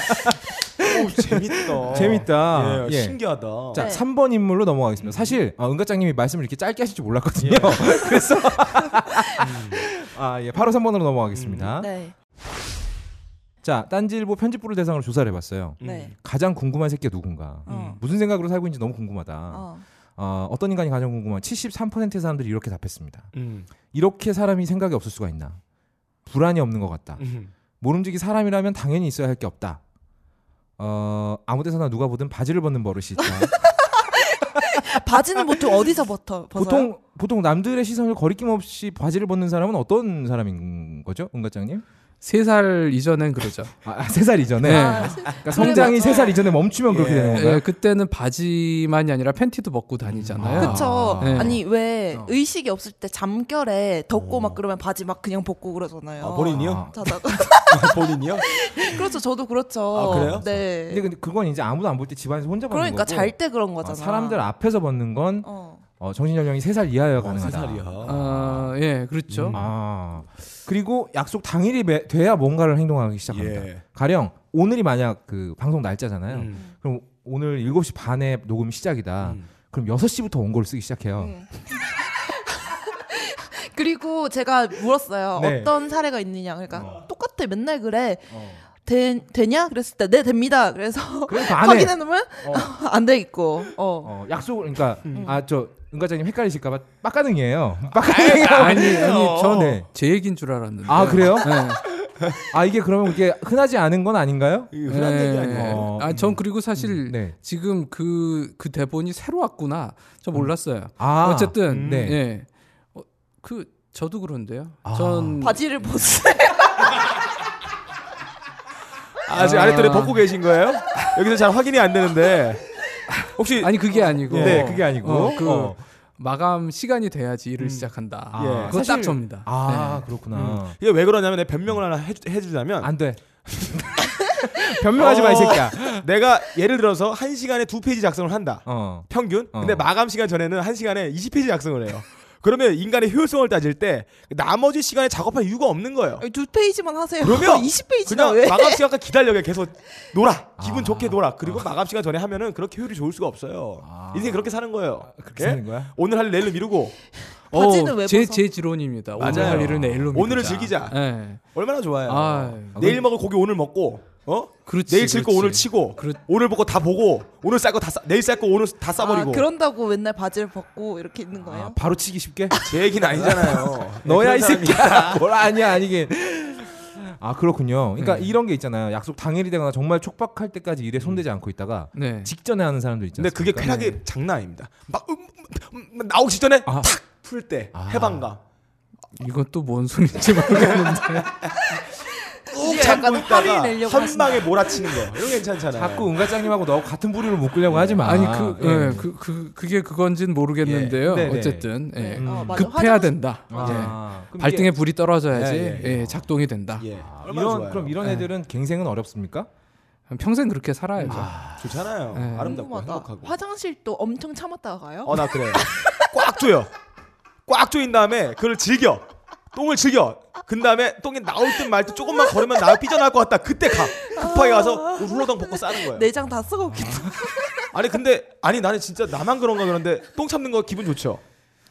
[SPEAKER 1] 오, 재밌다.
[SPEAKER 2] 재밌다.
[SPEAKER 1] 예,
[SPEAKER 2] 예.
[SPEAKER 1] 신기하다.
[SPEAKER 2] 자,
[SPEAKER 3] 네.
[SPEAKER 2] 3번 인물로 넘어가겠습니다. 사실 아, 은가짱님이 말씀을 이렇게 짧게 하실 줄 몰랐거든요. 그래서 아, 예, 바로 3번으로 넘어가겠습니다.
[SPEAKER 3] 네.
[SPEAKER 2] 자, 딴지일보 편집부를 대상으로 조사를 해봤어요.
[SPEAKER 1] 음.
[SPEAKER 3] 네.
[SPEAKER 2] 가장 궁금한 새끼가 누군가.
[SPEAKER 3] 어.
[SPEAKER 2] 무슨 생각으로 살고 있는지 너무 궁금하다.
[SPEAKER 3] 어.
[SPEAKER 2] 어, 어떤 인간이 가장 궁금한? 73%의 사람들이 이렇게 답했습니다.
[SPEAKER 1] 음.
[SPEAKER 2] 이렇게 사람이 생각이 없을 수가 있나? 불안이 없는 것 같다.
[SPEAKER 1] 음.
[SPEAKER 2] 모름지기 사람이라면 당연히 있어야 할 게 없다. 어, 아무데서나 누가 보든 바지를 벗는 버릇이 있다.
[SPEAKER 3] 아, 바지는 보통 어디서 벗어? 벗어요?
[SPEAKER 2] 보통 보통 남들의 시선을 거리낌 없이 바지를 벗는 사람은 어떤 사람인 거죠, 은가장님?
[SPEAKER 4] 세 살 이전엔 그러죠.
[SPEAKER 2] 아, 3살 이전에
[SPEAKER 4] 네.
[SPEAKER 2] 그러니까 성장이
[SPEAKER 3] 아, 그래요?
[SPEAKER 2] 3살 이전에 멈추면 어, 그렇게 되는 건가요?
[SPEAKER 4] 예, 그때는 바지만이 아니라 팬티도 벗고 다니잖아요.
[SPEAKER 2] 아.
[SPEAKER 3] 그쵸.
[SPEAKER 4] 네.
[SPEAKER 3] 아니 왜 의식이 없을 때 잠결에 덥고 막 그러면 바지 막 그냥 벗고 어. 그러잖아요.
[SPEAKER 1] 아, 본인이요? 아,
[SPEAKER 3] 자다가
[SPEAKER 1] 본인이요? 어,
[SPEAKER 3] 그렇죠. 저도 그렇죠.
[SPEAKER 1] 아, 그래요?
[SPEAKER 3] 네.
[SPEAKER 2] 근데 근데 그건 이제 아무도 안 볼 때 집안에서 혼자 보는
[SPEAKER 3] 그러니까
[SPEAKER 2] 거고
[SPEAKER 3] 잘 때 그런
[SPEAKER 2] 어,
[SPEAKER 3] 거잖아.
[SPEAKER 2] 사람들 앞에서 벗는 건
[SPEAKER 3] 어.
[SPEAKER 2] 어, 정신 연령이 3살 이하여야 가능하다.
[SPEAKER 4] 아, 예, 그렇죠.
[SPEAKER 2] 아 그리고 약속 당일이 매- 돼야 뭔가를 행동하기 시작합니다.
[SPEAKER 1] 예.
[SPEAKER 2] 가령 오늘이 만약 그 방송 날짜잖아요.
[SPEAKER 1] 음.
[SPEAKER 2] 그럼 오늘 7시 반에 녹음 시작이다. 그럼 6시부터 원고를 쓰기 시작해요.
[SPEAKER 3] 음. 그리고 제가 물었어요.
[SPEAKER 2] 네.
[SPEAKER 3] 어떤 사례가 있느냐. 그러니까
[SPEAKER 1] 어.
[SPEAKER 3] 똑같아. 맨날 그래. 되, 되냐? 그랬을 때, 네, 됩니다. 그래서
[SPEAKER 2] 그래서
[SPEAKER 1] 아,
[SPEAKER 2] 안 해.
[SPEAKER 1] 네.
[SPEAKER 3] 확인해 놓으면
[SPEAKER 1] 어.
[SPEAKER 3] 안 돼 있고. 어.
[SPEAKER 2] 어, 약속을 그러니까 아 저 은과장님 헷갈리실까 봐 빡가능이에요. 빡가능이
[SPEAKER 4] 아니, 아니, 저는
[SPEAKER 2] 네.
[SPEAKER 4] 제 얘기인 줄 알았는데.
[SPEAKER 2] 아 그래요?
[SPEAKER 4] 네.
[SPEAKER 2] 아 이게 그러면 이게 흔하지 않은 건 아닌가요?
[SPEAKER 1] 흔한 얘기 아니에요?
[SPEAKER 2] 어.
[SPEAKER 4] 아, 전 그리고 사실
[SPEAKER 2] 음, 네.
[SPEAKER 4] 지금 그, 그 대본이 새로 왔구나. 저 몰랐어요.
[SPEAKER 2] 아
[SPEAKER 4] 어쨌든,
[SPEAKER 2] 음, 네. 아.
[SPEAKER 4] 예. 어, 그, 저도 그런데요. 전.
[SPEAKER 1] 음.
[SPEAKER 3] 바지를 벗으세요.
[SPEAKER 1] 아 지금 아랫돌에 벗고 계신 거예요? 여기서 잘 확인이 안 되는데 혹시
[SPEAKER 4] 아니, 그게 아니고.
[SPEAKER 2] 네, 그게 아니고.
[SPEAKER 4] 어, 그
[SPEAKER 2] 어.
[SPEAKER 4] 마감 시간이 돼야지 일을 시작한다.
[SPEAKER 2] 아,
[SPEAKER 1] 예.
[SPEAKER 4] 그건
[SPEAKER 2] 사실-
[SPEAKER 4] 딱 접니다.
[SPEAKER 2] 아 그렇구나.
[SPEAKER 1] 이게 왜 그러냐면 내가 변명을 하나 해주, 해주자면
[SPEAKER 2] 안 돼. 변명하지 마 이
[SPEAKER 1] 어.
[SPEAKER 2] 새끼야.
[SPEAKER 1] 내가 예를 들어서 한 시간에 두 페이지 작성을 한다
[SPEAKER 2] 어.
[SPEAKER 1] 평균 근데
[SPEAKER 2] 어.
[SPEAKER 1] 마감 시간 전에는 한 시간에 20페이지 작성을 해요 그러면 인간의 효율성을 따질 때 나머지 시간에 작업할 이유가 없는 거예요
[SPEAKER 3] 두 어, 페이지만 하세요.
[SPEAKER 1] 그러면
[SPEAKER 3] 20페이지나
[SPEAKER 1] 그냥
[SPEAKER 3] 왜?
[SPEAKER 1] 마감 시간까지 기다려 그냥 계속 놀아 기분
[SPEAKER 2] 아.
[SPEAKER 1] 좋게 놀아 그리고 마감 시간 전에 하면은 그렇게 효율이 좋을 수가 없어요
[SPEAKER 2] 아.
[SPEAKER 1] 인생 그렇게 사는 거예요
[SPEAKER 2] 그렇게
[SPEAKER 1] 예?
[SPEAKER 2] 사는 거야?
[SPEAKER 1] 오늘 할 내일로 미루고
[SPEAKER 4] 어,
[SPEAKER 3] 바지는 왜
[SPEAKER 4] 제,
[SPEAKER 3] 벗어?
[SPEAKER 4] 제 지론입니다. 오늘
[SPEAKER 1] 맞아요.
[SPEAKER 4] 할 일을 내일로 미루자.
[SPEAKER 1] 오늘을 즐기자.
[SPEAKER 4] 예.
[SPEAKER 1] 얼마나 좋아요
[SPEAKER 4] 아,
[SPEAKER 1] 내일 먹을 고기 오늘 먹고 어
[SPEAKER 4] 그렇지.
[SPEAKER 1] 내일 칠 거
[SPEAKER 4] 그렇지.
[SPEAKER 1] 오늘 치고
[SPEAKER 4] 그렇-
[SPEAKER 1] 오늘 보고 다 보고 오늘 쌀 거 다 싸, 내일 쌀 거 오늘 다 싸버리고
[SPEAKER 3] 아, 그런다고 맨날 바지를 벗고 이렇게 있는 거예요?
[SPEAKER 2] 아, 바로 치기 쉽게?
[SPEAKER 1] 제 얘기는 아니잖아요
[SPEAKER 2] 너야 이
[SPEAKER 1] 그런 사람이-
[SPEAKER 2] 새끼야. 뭘 아니야 아니게. 아 그렇군요. 그러니까 이런 게 있잖아요. 약속 당일이 되거나 정말 촉박할 때까지 일에 손대지 않고 있다가
[SPEAKER 4] 네.
[SPEAKER 2] 직전에 하는 사람들 있잖아요.
[SPEAKER 1] 근데 그게 쾌락의 장난 아닙니다 막 음, 음, 음, 나오기 전에
[SPEAKER 2] 아.
[SPEAKER 1] 탁 풀 때 해방감
[SPEAKER 4] 이건 또 뭔 소리인지 모르겠는데.
[SPEAKER 1] 꾹 참고
[SPEAKER 3] 약간 화를
[SPEAKER 1] 있다가
[SPEAKER 3] 내려고
[SPEAKER 1] 한 방에 몰아치는 거 이런 거 괜찮잖아요
[SPEAKER 2] 자꾸 은가짱님하고 너 같은 부류를 묶으려고 하지 마.
[SPEAKER 4] 아니 그,
[SPEAKER 2] 예.
[SPEAKER 4] 예. 그, 그, 그게 그건진 모르겠는데요.
[SPEAKER 2] 예. 네네. 음.
[SPEAKER 4] 어쨌든 예.
[SPEAKER 3] 네. 어, 맞아.
[SPEAKER 4] 급해야
[SPEAKER 3] 화장실-
[SPEAKER 4] 된다.
[SPEAKER 2] 아,
[SPEAKER 4] 예.
[SPEAKER 2] 그럼
[SPEAKER 4] 발등에
[SPEAKER 2] 이게-
[SPEAKER 4] 불이 떨어져야지
[SPEAKER 1] 예,
[SPEAKER 4] 예, 작동이 된다.
[SPEAKER 1] 예
[SPEAKER 2] 아,
[SPEAKER 1] 얼마나
[SPEAKER 2] 이런
[SPEAKER 1] 좋아요
[SPEAKER 2] 그럼 이런 애들은 갱생은 어렵습니까?
[SPEAKER 4] 평생 그렇게 살아야죠.
[SPEAKER 1] 좋잖아요
[SPEAKER 4] 예.
[SPEAKER 1] 아름답고
[SPEAKER 3] 궁금하다.
[SPEAKER 1] 행복하고
[SPEAKER 3] 화장실도 엄청 참았다가 가요?
[SPEAKER 1] 어 나 그래 꽉 조여 꽉 조인 다음에 그걸 즐겨 똥을 즐겨 그 다음에 똥이 나올 듯 말 듯 조금만 걸으면 나 삐져나올 것 같다 그때 가 급하게 가서 룰러덩 벗고 싸는 거예요
[SPEAKER 3] 네
[SPEAKER 2] 네.
[SPEAKER 3] 내장 다
[SPEAKER 1] 아.
[SPEAKER 3] 쓰고 오겠다.
[SPEAKER 1] 아니 근데 아니 나는 진짜 나만 그런가 그런데 똥 참는 거 기분 좋죠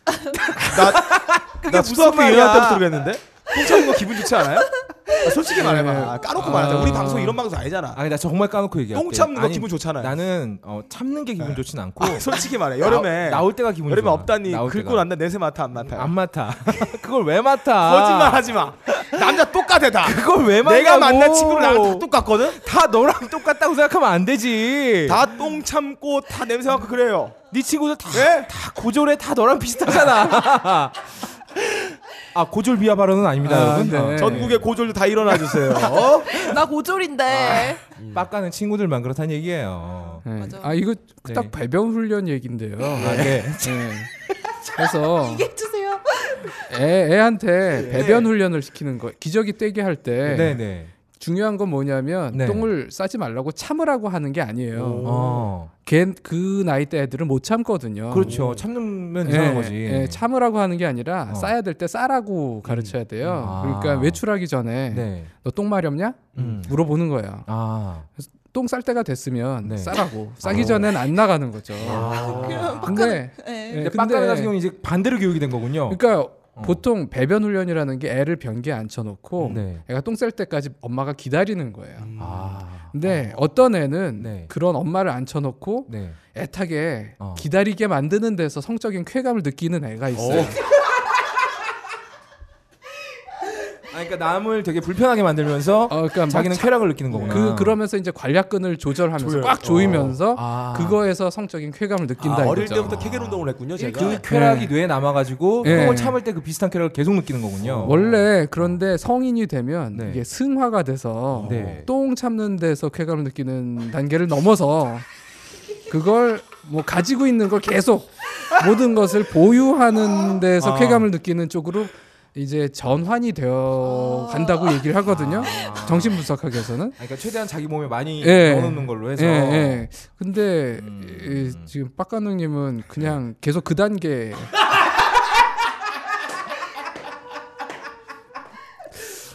[SPEAKER 1] 나, 나 초등학교
[SPEAKER 2] 말이야.
[SPEAKER 1] 1학년 때부터 그랬는데 똥 참는 거 기분 좋지 않아요? 아, 솔직히 말해봐 까놓고 말하자 우리 방송 이런 방송 아니잖아
[SPEAKER 2] 네. 아. 아니 나 정말 까놓고 얘기할게.
[SPEAKER 1] 똥 참는 거
[SPEAKER 2] 아니,
[SPEAKER 1] 기분 좋잖아요.
[SPEAKER 2] 나는 어, 참는 게 기분 좋진 않고
[SPEAKER 1] 아, 솔직히 말해 여름에
[SPEAKER 2] 나, 올 때가 기분
[SPEAKER 1] 여름에
[SPEAKER 2] 좋아.
[SPEAKER 1] 없다니
[SPEAKER 2] 나올
[SPEAKER 1] 긁고
[SPEAKER 2] 때가.
[SPEAKER 1] 난다 냄새 맡아 안 맡아요?
[SPEAKER 2] 안 맡아. 그걸 왜 맡아?
[SPEAKER 1] 거짓말 하지 마. 남자 똑같아 다.
[SPEAKER 2] 그걸 왜 맡냐고?
[SPEAKER 1] 내가 만난 친구랑 나랑 다 똑같거든.
[SPEAKER 2] 다 너랑 똑같다고 생각하면 안 되지.
[SPEAKER 1] 다 똥 참고 다 냄새 맡고 그래요.
[SPEAKER 2] 네 친구들 다,
[SPEAKER 1] 네?
[SPEAKER 2] 다 고졸에 다 너랑 비슷하잖아. 아 고졸 비하 발언은 아닙니다,
[SPEAKER 4] 아,
[SPEAKER 2] 여러분.
[SPEAKER 4] 네.
[SPEAKER 2] 어,
[SPEAKER 1] 전국의 고졸도 다 일어나 주세요. 어?
[SPEAKER 3] 나 고졸인데.
[SPEAKER 1] 아.
[SPEAKER 2] 어, 빡가는 친구들만 그렇다는 얘기예요.
[SPEAKER 4] 예.
[SPEAKER 3] 맞아.
[SPEAKER 4] 아 이거 딱
[SPEAKER 2] 네.
[SPEAKER 4] 배변 훈련 얘긴데요.
[SPEAKER 2] 아, 네.
[SPEAKER 4] 예. 그래서
[SPEAKER 3] 얘기해주세요.
[SPEAKER 4] 애, 애한테 배변 훈련을 시키는 거 기저귀 떼게 할 때
[SPEAKER 2] 예. 네, 네.
[SPEAKER 4] 중요한 건 뭐냐면
[SPEAKER 2] 네.
[SPEAKER 4] 똥을 싸지 말라고 참으라고 하는 게 아니에요.
[SPEAKER 2] 어,
[SPEAKER 4] 걔 그 나이 때 애들은 못 참거든요.
[SPEAKER 2] 그렇죠.
[SPEAKER 1] 네.
[SPEAKER 2] 참는 이상한
[SPEAKER 4] 예,
[SPEAKER 2] 거지.
[SPEAKER 4] 예, 참으라고 하는 게 아니라
[SPEAKER 2] 어.
[SPEAKER 4] 싸야 될 때 싸라고 가르쳐야 돼요.
[SPEAKER 2] 아.
[SPEAKER 4] 그러니까 외출하기 전에
[SPEAKER 2] 네.
[SPEAKER 4] 너 똥 마렵냐?
[SPEAKER 2] 음.
[SPEAKER 4] 물어보는 거예요.
[SPEAKER 2] 아.
[SPEAKER 4] 똥 쌀 때가 됐으면
[SPEAKER 2] 네. 아.
[SPEAKER 4] 싸라고. 싸기 전엔 안 나가는 거죠.
[SPEAKER 1] 아,
[SPEAKER 3] 그럼
[SPEAKER 4] 근데
[SPEAKER 3] 네.
[SPEAKER 4] 예,
[SPEAKER 2] 근데 빡가는
[SPEAKER 4] 근데-
[SPEAKER 2] 같은 경우는 이제 반대로 교육이 된 거군요.
[SPEAKER 4] 그러니까
[SPEAKER 2] 어.
[SPEAKER 4] 보통 배변 훈련이라는 게 애를 변기에 앉혀놓고
[SPEAKER 2] 네.
[SPEAKER 4] 애가 똥 쌀 때까지 엄마가 기다리는 거예요.
[SPEAKER 2] 아.
[SPEAKER 4] 근데 어떤 애는
[SPEAKER 2] 네.
[SPEAKER 4] 그런 엄마를 앉혀놓고
[SPEAKER 2] 네.
[SPEAKER 4] 애타게
[SPEAKER 2] 어.
[SPEAKER 4] 기다리게 만드는 데서 성적인 쾌감을 느끼는 애가 있어요.
[SPEAKER 2] 그러니까 남을 되게 불편하게 만들면서
[SPEAKER 4] 어, 그러니까 막
[SPEAKER 2] 자기는
[SPEAKER 4] 자-
[SPEAKER 2] 쾌락을 느끼는 거구나.
[SPEAKER 4] 그 그러면서 이제 관략근을 조절하면서 꽉 조이면서
[SPEAKER 2] 아.
[SPEAKER 4] 그거에서 성적인 쾌감을
[SPEAKER 1] 아,
[SPEAKER 4] 느낀다
[SPEAKER 1] 어릴
[SPEAKER 4] 이거죠.
[SPEAKER 1] 때부터 케겔 운동을 했군요, 제가.
[SPEAKER 2] 그 쾌락이
[SPEAKER 4] 네.
[SPEAKER 2] 뇌에 남아가지고
[SPEAKER 4] 네. 어,
[SPEAKER 2] 그걸 참을 때 그 비슷한 쾌락을 계속 느끼는 거군요.
[SPEAKER 4] 원래 그런데 성인이 되면
[SPEAKER 2] 어. 네.
[SPEAKER 4] 이게 승화가 돼서
[SPEAKER 2] 네.
[SPEAKER 4] 똥 참는 데서 쾌감을 느끼는 단계를 넘어서 그걸 뭐 가지고 있는 걸 계속 모든 것을 보유하는 데서
[SPEAKER 2] 아.
[SPEAKER 4] 쾌감을 느끼는 쪽으로 이제 전환이 되어
[SPEAKER 2] 아.
[SPEAKER 4] 간다고 얘기를 하거든요. 정신 분석학에서는.
[SPEAKER 2] 아니, 그러니까 최대한 자기 몸에 많이
[SPEAKER 4] 예.
[SPEAKER 2] 넣어놓는 걸로 해서
[SPEAKER 4] 예, 예. 근데
[SPEAKER 2] 음.
[SPEAKER 4] 이- 지금 빡가능님은 그냥 계속 그 단계.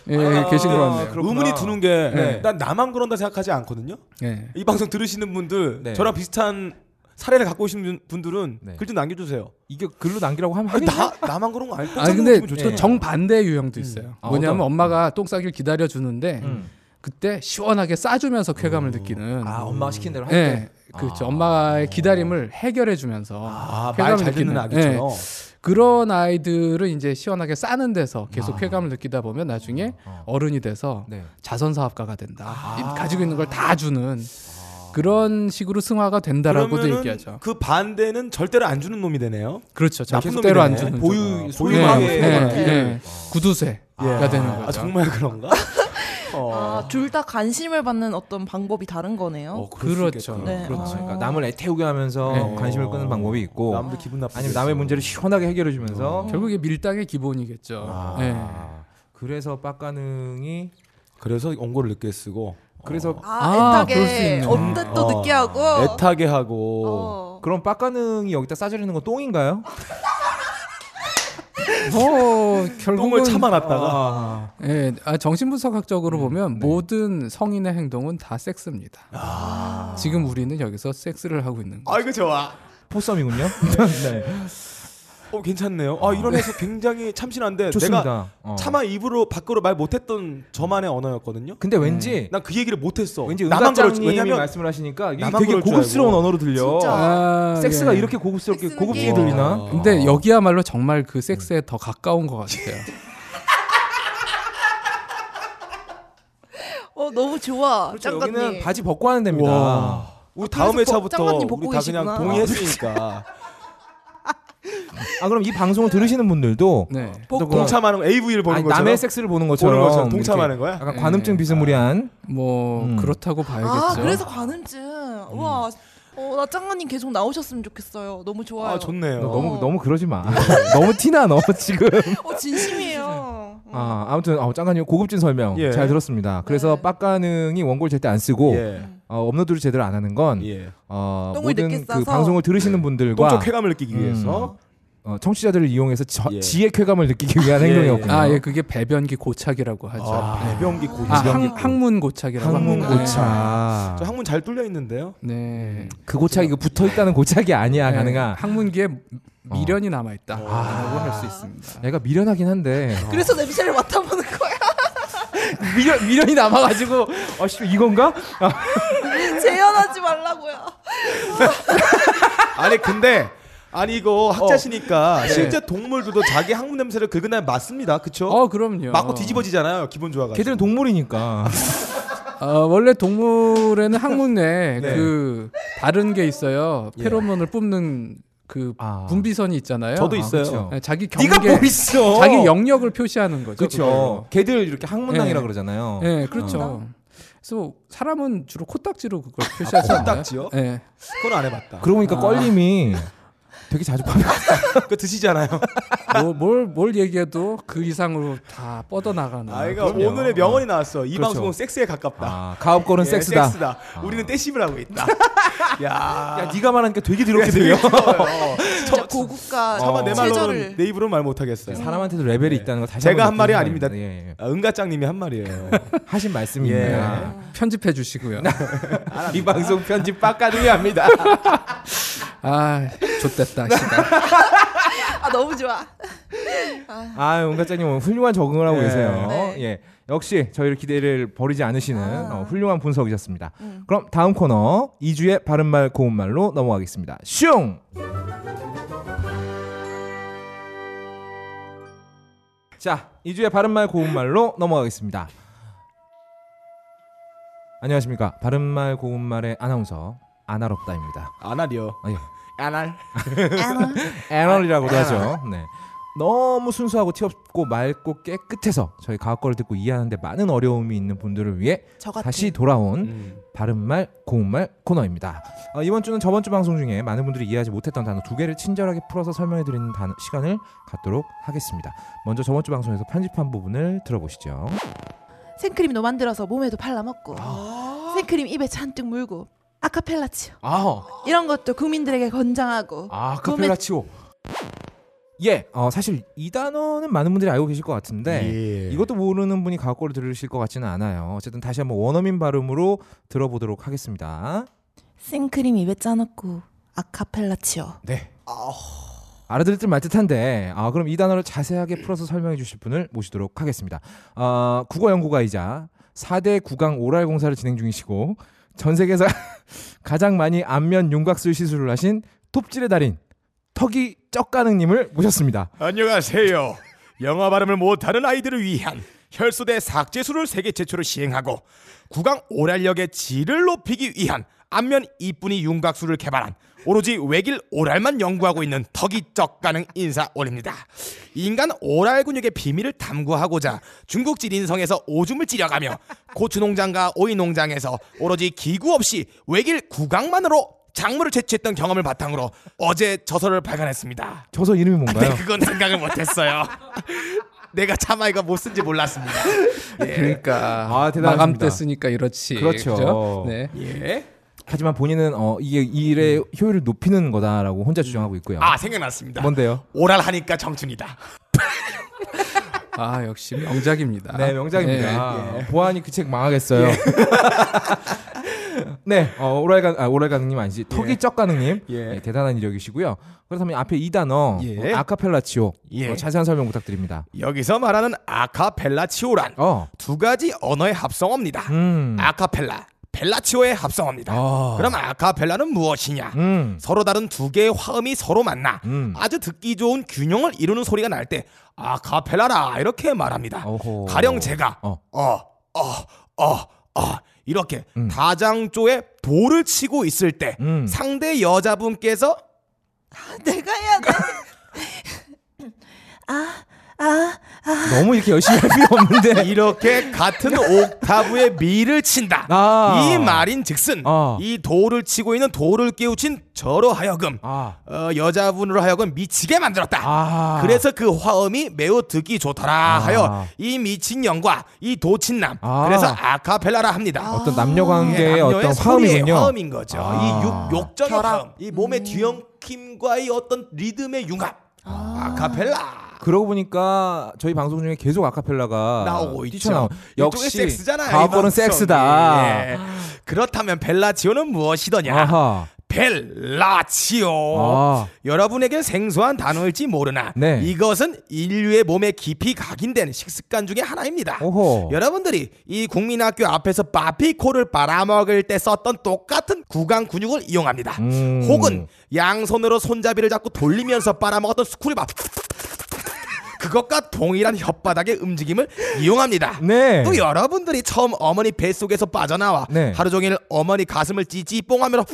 [SPEAKER 4] 예,
[SPEAKER 2] 아,
[SPEAKER 4] 계신 것 같네요.
[SPEAKER 2] 그렇구나.
[SPEAKER 1] 의문이 드는 게 난
[SPEAKER 2] 네.
[SPEAKER 1] 나만 그런다 생각하지 않거든요.
[SPEAKER 4] 예.
[SPEAKER 1] 이 방송 들으시는 분들
[SPEAKER 2] 네.
[SPEAKER 1] 저랑 비슷한 사례를 갖고 오신 분- 분들은
[SPEAKER 2] 네.
[SPEAKER 1] 글 좀 남겨주세요.
[SPEAKER 2] 이게 글로 남기라고 하면
[SPEAKER 1] 아니,
[SPEAKER 2] 하겠냐?
[SPEAKER 1] 나 나만 그런 거 알고.
[SPEAKER 4] 아 근데
[SPEAKER 2] 좋잖아요.
[SPEAKER 4] 또 정반대 유형도 있어요.
[SPEAKER 2] 예. 아,
[SPEAKER 4] 뭐냐면
[SPEAKER 2] 어떤?
[SPEAKER 4] 엄마가 똥 싸길 기다려 주는데
[SPEAKER 2] 음.
[SPEAKER 4] 그때 시원하게 싸주면서 쾌감을 느끼는.
[SPEAKER 2] 아 엄마가 시킨 대로 할 때.
[SPEAKER 4] 예. 그렇죠. 엄마의 기다림을 해결해 주면서
[SPEAKER 1] 아말 잘 듣는 아기처럼.
[SPEAKER 4] 네. 그런 아이들은 이제 시원하게 싸는 데서 계속 쾌감을 느끼다 보면 나중에 어른이 돼서
[SPEAKER 2] 아. 네.
[SPEAKER 4] 자선사업가가 된다. 이- 가지고 있는 걸 다 주는 그런 식으로 승화가 된다라고도
[SPEAKER 1] 그러면은
[SPEAKER 4] 얘기하죠.
[SPEAKER 1] 그 반대는 절대로 안 주는 놈이 되네요.
[SPEAKER 4] 그렇죠.
[SPEAKER 1] 나쁜
[SPEAKER 4] 절대로 안
[SPEAKER 1] 놈이네.
[SPEAKER 4] 주는
[SPEAKER 2] 보유
[SPEAKER 4] 쪽. 예,
[SPEAKER 2] 소유망에
[SPEAKER 4] 예, 예. 네. 구두쇠가
[SPEAKER 1] 예.
[SPEAKER 4] 되는 거죠.
[SPEAKER 1] 아, 정말 그런가? 어.
[SPEAKER 3] 아, 둘 다 관심을 받는 어떤 방법이 다른 거네요.
[SPEAKER 4] 그렇죠.
[SPEAKER 3] 네.
[SPEAKER 2] 그렇죠.
[SPEAKER 3] 어.
[SPEAKER 2] 그러니까 남을 애태우게 하면서
[SPEAKER 4] 네. 어. 그렇죠.
[SPEAKER 2] 관심을 끄는 방법이 있고
[SPEAKER 1] 어. 남도 기분 나쁘.
[SPEAKER 2] 아니면 남의 문제를 시원하게 해결해 주면서
[SPEAKER 4] 네. 결국에 밀당의 기본이겠죠. 예.
[SPEAKER 2] 그래서 빡가능이
[SPEAKER 1] 그래서 원고를 늦게 쓰고
[SPEAKER 2] 그래서
[SPEAKER 4] 아,
[SPEAKER 3] 아,
[SPEAKER 4] 그럴 수
[SPEAKER 3] 애타게
[SPEAKER 4] 있네.
[SPEAKER 3] 언제 또
[SPEAKER 1] 어.
[SPEAKER 3] 늦게 하고.
[SPEAKER 1] 애타게 하고
[SPEAKER 3] 어.
[SPEAKER 2] 그럼 빡가능이 여기다 싸주려는 건 똥인가요?
[SPEAKER 4] 뭐
[SPEAKER 1] 똥을 어.
[SPEAKER 4] 결국은
[SPEAKER 1] 참아놨다가
[SPEAKER 2] 아,
[SPEAKER 4] 예, 아, 정신분석학적으로 보면 모든 성인의 행동은 다 섹스입니다. 지금 우리는 여기서 섹스를 하고 있는 거죠.
[SPEAKER 1] 아이고 좋아.
[SPEAKER 2] 포썸이군요. 네.
[SPEAKER 1] 어 괜찮네요. 아 이런 해서 굉장히 참신한데 내가
[SPEAKER 2] 좋습니다. 어.
[SPEAKER 1] 차마 입으로 밖으로 말 못했던 저만의 언어였거든요.
[SPEAKER 2] 근데 왠지
[SPEAKER 1] 난 그 얘기를 못했어.
[SPEAKER 2] 왠지
[SPEAKER 1] 나만 그럴 줄
[SPEAKER 2] 은가짱님이
[SPEAKER 1] 왜냐면
[SPEAKER 2] 말씀을 하시니까 이게
[SPEAKER 1] 나만
[SPEAKER 2] 되게
[SPEAKER 1] 그럴 줄
[SPEAKER 2] 고급스러운 네.
[SPEAKER 1] 알고.
[SPEAKER 2] 언어로 들려.
[SPEAKER 3] 진짜.
[SPEAKER 4] 아,
[SPEAKER 2] 섹스가
[SPEAKER 4] 예.
[SPEAKER 2] 이렇게 고급스럽게
[SPEAKER 3] 섹스는 예.
[SPEAKER 2] 고급지게
[SPEAKER 3] 게임이다.
[SPEAKER 2] 들리나?
[SPEAKER 4] 근데 여기야말로 정말 그 섹스에 더 가까운 것 같아요.
[SPEAKER 3] 어, 너무 좋아.
[SPEAKER 2] 그렇죠.
[SPEAKER 3] 짱가님.
[SPEAKER 2] 여기는 바지 벗고 하는 데입니다.
[SPEAKER 1] 와. 우리 다음
[SPEAKER 3] 그래서
[SPEAKER 1] 회차부터
[SPEAKER 3] 짱가님 벗고
[SPEAKER 1] 우리 다 그냥
[SPEAKER 3] 계시구나.
[SPEAKER 1] 동의했으니까
[SPEAKER 2] 아 그럼 이 방송을 들으시는 분들도
[SPEAKER 4] 네.
[SPEAKER 2] 또 그런-
[SPEAKER 1] 동참하는 거, AV를 보는
[SPEAKER 2] 뭐 아니,
[SPEAKER 1] 것처럼
[SPEAKER 2] 남의 섹스를 보는 것처럼, 네.
[SPEAKER 1] 보는 것처럼
[SPEAKER 2] 그렇죠. 뭐 이렇게
[SPEAKER 1] 동참하는 거야?
[SPEAKER 2] 약간 관음증 비스무리한
[SPEAKER 4] 뭐
[SPEAKER 2] 음.
[SPEAKER 4] 그렇다고 봐야겠죠.
[SPEAKER 3] 아, 그래서 관음증. 와, 어, 나 짱가님 계속 나오셨으면 좋겠어요. 너무 좋아요.
[SPEAKER 1] 아 좋네요.
[SPEAKER 2] 너, 너무
[SPEAKER 3] 어.
[SPEAKER 2] 너무 그러지 마. 너무 티나 너 지금.
[SPEAKER 3] 어, 진심이에요. 음.
[SPEAKER 2] 아 아무튼 어, 짱가님 고급진 설명
[SPEAKER 1] 예.
[SPEAKER 2] 잘 들었습니다. 그래서
[SPEAKER 3] 네.
[SPEAKER 2] 빡가능이 원고를 절대 안 쓰고
[SPEAKER 1] 예.
[SPEAKER 2] 어, 업로드를 제대로 안 하는 건
[SPEAKER 1] 예.
[SPEAKER 2] 어,
[SPEAKER 3] 똥을
[SPEAKER 2] 모든 그
[SPEAKER 3] 늦게 싸서.
[SPEAKER 2] 방송을 들으시는 분들과
[SPEAKER 1] 동적 쾌감을
[SPEAKER 2] 음.
[SPEAKER 1] 느끼기 위해서
[SPEAKER 2] 어, 청취자들을 이용해서 저,
[SPEAKER 1] 예.
[SPEAKER 2] 지의 쾌감을 느끼기 위한
[SPEAKER 1] 예, 예.
[SPEAKER 2] 행동이었군요.
[SPEAKER 4] 아, 예, 그게 배변기 고착이라고 하죠.
[SPEAKER 1] 아,
[SPEAKER 4] 예.
[SPEAKER 1] 배변기 고지.
[SPEAKER 4] 아, 항, 항문 고착이라고
[SPEAKER 2] 항문
[SPEAKER 4] 합니다.
[SPEAKER 2] 고착.
[SPEAKER 1] 저 항문 잘 뚫려 있는데요. 음.
[SPEAKER 4] 네.
[SPEAKER 2] 그 고착이 그 붙어 있다는 고착이 아니야
[SPEAKER 4] 네.
[SPEAKER 2] 가능아.
[SPEAKER 4] 항문기에 미련이 남아
[SPEAKER 1] 어.
[SPEAKER 4] 있다라고 할
[SPEAKER 1] 아.
[SPEAKER 4] 수 있습니다.
[SPEAKER 2] 내가 미련하긴 한데
[SPEAKER 3] 그래서 내 미션을 맡아보는 거야.
[SPEAKER 2] 미련 미련이 남아가지고 아씨 이건가?
[SPEAKER 3] 재현하지 말라고요.
[SPEAKER 1] 아니 근데 아니 이거
[SPEAKER 2] 어.
[SPEAKER 1] 학자시니까
[SPEAKER 4] 네.
[SPEAKER 1] 실제 동물들도 자기 항문 냄새를 긁은 날 맡습니다. 그쵸?
[SPEAKER 4] 어, 그럼요.
[SPEAKER 1] 맞고 뒤집어지잖아요. 기분 좋아가지고.
[SPEAKER 2] 걔들은 동물이니까.
[SPEAKER 4] 어, 원래 동물에는 항문에 그 다른 게 있어요.
[SPEAKER 1] 네. 예.
[SPEAKER 4] 페로몬을 뿜는 그
[SPEAKER 2] 아.
[SPEAKER 4] 분비선이 있잖아요.
[SPEAKER 1] 저도
[SPEAKER 2] 아,
[SPEAKER 1] 있어요.
[SPEAKER 2] 그쵸.
[SPEAKER 4] 네, 자기
[SPEAKER 1] 네가
[SPEAKER 4] 경계,
[SPEAKER 1] 뭐 있어?
[SPEAKER 4] 자기 영역을 표시하는 거죠.
[SPEAKER 2] 그렇죠. 걔들 이렇게 항문낭이라
[SPEAKER 4] 예.
[SPEAKER 2] 그러잖아요.
[SPEAKER 4] 예, 그렇죠.
[SPEAKER 2] 어.
[SPEAKER 4] 그래서 사람은 주로 코딱지로 그걸
[SPEAKER 2] 아,
[SPEAKER 4] 표시하지 않나요?
[SPEAKER 1] 코딱지요?
[SPEAKER 4] 예.
[SPEAKER 1] 그건 안 해봤다.
[SPEAKER 2] 그러고 보니까 껄림이 되게 자주 파는
[SPEAKER 1] 그 드시잖아요.
[SPEAKER 4] 뭐- 뭘, 뭘 얘기해도 그 이상으로 다 뻗어나가는.
[SPEAKER 1] 아, 이거
[SPEAKER 4] 그럼요.
[SPEAKER 1] 오늘의 명언이 나왔어. 이
[SPEAKER 2] 그렇죠.
[SPEAKER 1] 방송은 섹스에 가깝다.
[SPEAKER 2] 아, 가업걸은
[SPEAKER 1] 예,
[SPEAKER 2] 섹스다. 아.
[SPEAKER 1] 섹스다. 우리는 떼씹을 하고 있다. 야,
[SPEAKER 2] 야, 네가 말하니까 되게 더럽게 들려.
[SPEAKER 1] 되게 무서워요.
[SPEAKER 3] 진짜
[SPEAKER 2] 어.
[SPEAKER 3] 고급가
[SPEAKER 1] 네 차마 내 말로는
[SPEAKER 3] 최저를.
[SPEAKER 1] 내 입으로 말
[SPEAKER 2] 네.
[SPEAKER 1] 못하겠어요.
[SPEAKER 2] 사람한테도 레벨이 있다는 거 다시
[SPEAKER 1] 제가
[SPEAKER 2] 한번
[SPEAKER 1] 한 말이
[SPEAKER 2] 느끼는
[SPEAKER 1] 아닙니다.
[SPEAKER 2] 거예요. 예, 예.
[SPEAKER 1] 아, 은가짱님이 한 말이에요.
[SPEAKER 2] 하신 말씀입니다.
[SPEAKER 4] 편집해 주시고요.
[SPEAKER 2] 예. 이 방송 편집 빡가능이 합니다.
[SPEAKER 4] 아, 좋됐다, 시간.
[SPEAKER 3] 아, 너무 좋아.
[SPEAKER 2] 아, 용가짜님 오늘 훌륭한 적응을 하고
[SPEAKER 1] 예.
[SPEAKER 2] 계세요.
[SPEAKER 3] 네.
[SPEAKER 2] 예. 역시 저희를 기대를 버리지 않으시는 어, 훌륭한 분석이셨습니다. 그럼 다음 코너 2주의 바른말 고운말로 넘어가겠습니다. 슝! 자, 2주의 바른말 고운말로 넘어가겠습니다. 안녕하십니까. 바른말 고운말의 아나운서 아나롭다입니다.
[SPEAKER 6] 아날이요.
[SPEAKER 2] 아, 예.
[SPEAKER 1] 안할
[SPEAKER 3] 아나.
[SPEAKER 2] 애널이라고도 하죠. 네. 너무 순수하고 튀없고 맑고 깨끗해서 저희 가옥 거를 듣고 이해하는데 많은 어려움이 있는 분들을 위해
[SPEAKER 3] 저 같은.
[SPEAKER 2] 다시 돌아온
[SPEAKER 6] 음.
[SPEAKER 2] 바른말 고운말 코너입니다. 어, 이번 주는 저번 주 방송 중에 많은 분들이 이해하지 못했던 단어 두 개를 친절하게 풀어서 설명해 드리는 단어- 시간을 갖도록 하겠습니다. 먼저 저번 주 방송에서 편집한 부분을 들어보시죠.
[SPEAKER 3] 생크림도 만들어서 몸에도 발라먹고 생크림 입에 잔뜩 물고 아카펠라 치오
[SPEAKER 2] 아허.
[SPEAKER 3] 이런 것도 국민들에게 권장하고
[SPEAKER 2] 아,
[SPEAKER 3] 카펠라
[SPEAKER 2] 치오. 예. 어, 사실 이 단어는 많은 분들이 알고 계실 것
[SPEAKER 1] 네.
[SPEAKER 2] 같은데
[SPEAKER 1] 예.
[SPEAKER 6] 예.
[SPEAKER 2] 이것도 모르는 분이 가옥거를 들으실 것 같지는 않아요. 어쨌든 다시 한번 원어민 발음으로 들어보도록 하겠습니다.
[SPEAKER 3] 생크림 입에 짜놓고 아카펠라 치오
[SPEAKER 2] 네. 알아들을 듯 말 듯한데 아, 그럼 이 단어를 자세하게 풀어서 설명해 주실 분을 모시도록 하겠습니다. 아, 국어 연구가이자 4대 구강 오랄 공사를 진행 중이시고 전 세계에서 가장 많이 안면 윤곽술 시술을 하신 톱질의 달인 턱이 쩍가능님을 모셨습니다.
[SPEAKER 1] 안녕하세요. 영어 발음을 못하는 아이들을 위한 혈소대 삭제술을 세계 최초로 시행하고 구강 오랄력의 질을 높이기 위한 안면 이쁜이 윤곽술을 개발한 오로지 외길 오랄만 연구하고 있는 턱이 쩍가능 인사 올립니다. 인간 오랄 근육의 비밀을 탐구하고자 중국 지린성에서 오줌을 찌려가며 고추 농장과 오이 농장에서 오로지 기구 없이 외길 구강만으로 작물을 채취했던 경험을 바탕으로 어제 저서를 발간했습니다.
[SPEAKER 2] 저서 이름이 뭔가요?
[SPEAKER 6] 어.
[SPEAKER 1] 네, 그건 생각을 못했어요. 내가 차마 이거 못 쓴지 몰랐습니다.
[SPEAKER 4] 그러니까
[SPEAKER 2] 아, 대단하십니다.
[SPEAKER 4] 마감 때 쓰니까 이렇지.
[SPEAKER 2] 그렇죠.
[SPEAKER 4] 그죠? 네.
[SPEAKER 1] 예.
[SPEAKER 2] 하지만 본인은 어, 이게 이 일의 효율을 높이는 거다라고 혼자 주장하고 있고요.
[SPEAKER 1] 음. 아 생각났습니다.
[SPEAKER 2] 뭔데요?
[SPEAKER 1] 오랄 하니까 청춘이다.
[SPEAKER 4] 아 역시 명작입니다.
[SPEAKER 2] 네,
[SPEAKER 1] 예,
[SPEAKER 2] 명작입니다. 보안이 그 책 망하겠어요. 네, 어, 오랄가, 아, 오랄가능님 아니지. 턱이 쩍가능님.
[SPEAKER 6] 예.
[SPEAKER 2] 네, 대단한 이력이시고요. 그렇다면 앞에 이 단어,
[SPEAKER 1] 예.
[SPEAKER 2] 어, 아카펠라 치오.
[SPEAKER 1] 예.
[SPEAKER 2] 어, 자세한 설명 부탁드립니다.
[SPEAKER 1] 여기서 말하는 아카펠라치오란
[SPEAKER 2] 어,
[SPEAKER 1] 두 가지 언어의 합성어입니다.
[SPEAKER 2] 음.
[SPEAKER 1] 아카펠라, 벨라치오의 합성어입니다.
[SPEAKER 2] 아.
[SPEAKER 1] 그럼 아카펠라는 무엇이냐?
[SPEAKER 2] 음.
[SPEAKER 1] 서로 다른 두 개의 화음이 서로 만나
[SPEAKER 2] 음.
[SPEAKER 1] 아주 듣기 좋은 균형을 이루는 소리가 날 때 아카펠라라 이렇게 말합니다.
[SPEAKER 2] 어호.
[SPEAKER 1] 가령 제가
[SPEAKER 2] 어.
[SPEAKER 1] 어어어 어, 어, 어, 이렇게 다장조에 볼을 치고 있을 때
[SPEAKER 2] 음.
[SPEAKER 1] 상대 여자분께서
[SPEAKER 3] 내가 해야 돼 아, 아, 아.
[SPEAKER 2] 너무 이렇게 열심히 할 필요 없는데.
[SPEAKER 1] 네. 이렇게 같은 옥타브의 미를 친다.
[SPEAKER 2] 아.
[SPEAKER 1] 이 말인 즉슨
[SPEAKER 2] 어.
[SPEAKER 1] 이 도를 치고 있는 도를 깨우친 저로 하여금
[SPEAKER 2] 아,
[SPEAKER 1] 어, 여자분으로 하여금 미치게 만들었다.
[SPEAKER 2] 아.
[SPEAKER 1] 그래서 그 화음이 매우 듣기 좋더라 하여 이 미친 영과 이 도친남
[SPEAKER 2] 아.
[SPEAKER 1] 그래서 아카펠라라 합니다.
[SPEAKER 2] 어떤 남녀
[SPEAKER 1] 예,
[SPEAKER 2] 관계의
[SPEAKER 1] 남녀의
[SPEAKER 2] 어떤
[SPEAKER 1] 소리의
[SPEAKER 2] 화음이군요.
[SPEAKER 1] 화음인 거죠.
[SPEAKER 2] 아.
[SPEAKER 1] 이 욕, 욕적인 화음, 이 몸의 뒤엉킴과의 어떤 리듬의 융합. 아. 카펠라
[SPEAKER 2] 그러고 보니까 저희 방송 중에 계속 아카펠라가
[SPEAKER 1] 나오고 있죠.
[SPEAKER 2] 뛰쳐나오-
[SPEAKER 1] 이쪽에
[SPEAKER 2] 역시
[SPEAKER 1] 섹스잖아요, 이
[SPEAKER 2] 가옥걸은
[SPEAKER 1] 방송이.
[SPEAKER 2] 섹스다.
[SPEAKER 1] 예. 그렇다면 벨라치오는 무엇이더냐?
[SPEAKER 2] 아하.
[SPEAKER 1] 벨라치오.
[SPEAKER 2] 아.
[SPEAKER 1] 여러분에겐 생소한 단어일지 모르나
[SPEAKER 2] 네.
[SPEAKER 1] 이것은 인류의 몸에 깊이 각인된 식습관 중의 하나입니다.
[SPEAKER 2] 아, 오호.
[SPEAKER 1] 여러분들이 이 국민학교 앞에서 바피코를 빨아먹을 때 썼던 똑같은 구강 근육을 이용합니다.
[SPEAKER 2] 음.
[SPEAKER 1] 혹은 양손으로 손잡이를 잡고 돌리면서 빨아먹었던 스쿠리바 그것과 동일한 혓바닥의 움직임을 이용합니다.
[SPEAKER 2] 네.
[SPEAKER 1] 또 여러분들이 처음 어머니 뱃속에서 빠져나와
[SPEAKER 2] 네.
[SPEAKER 1] 하루 종일 어머니 가슴을 찌찌뽕하면서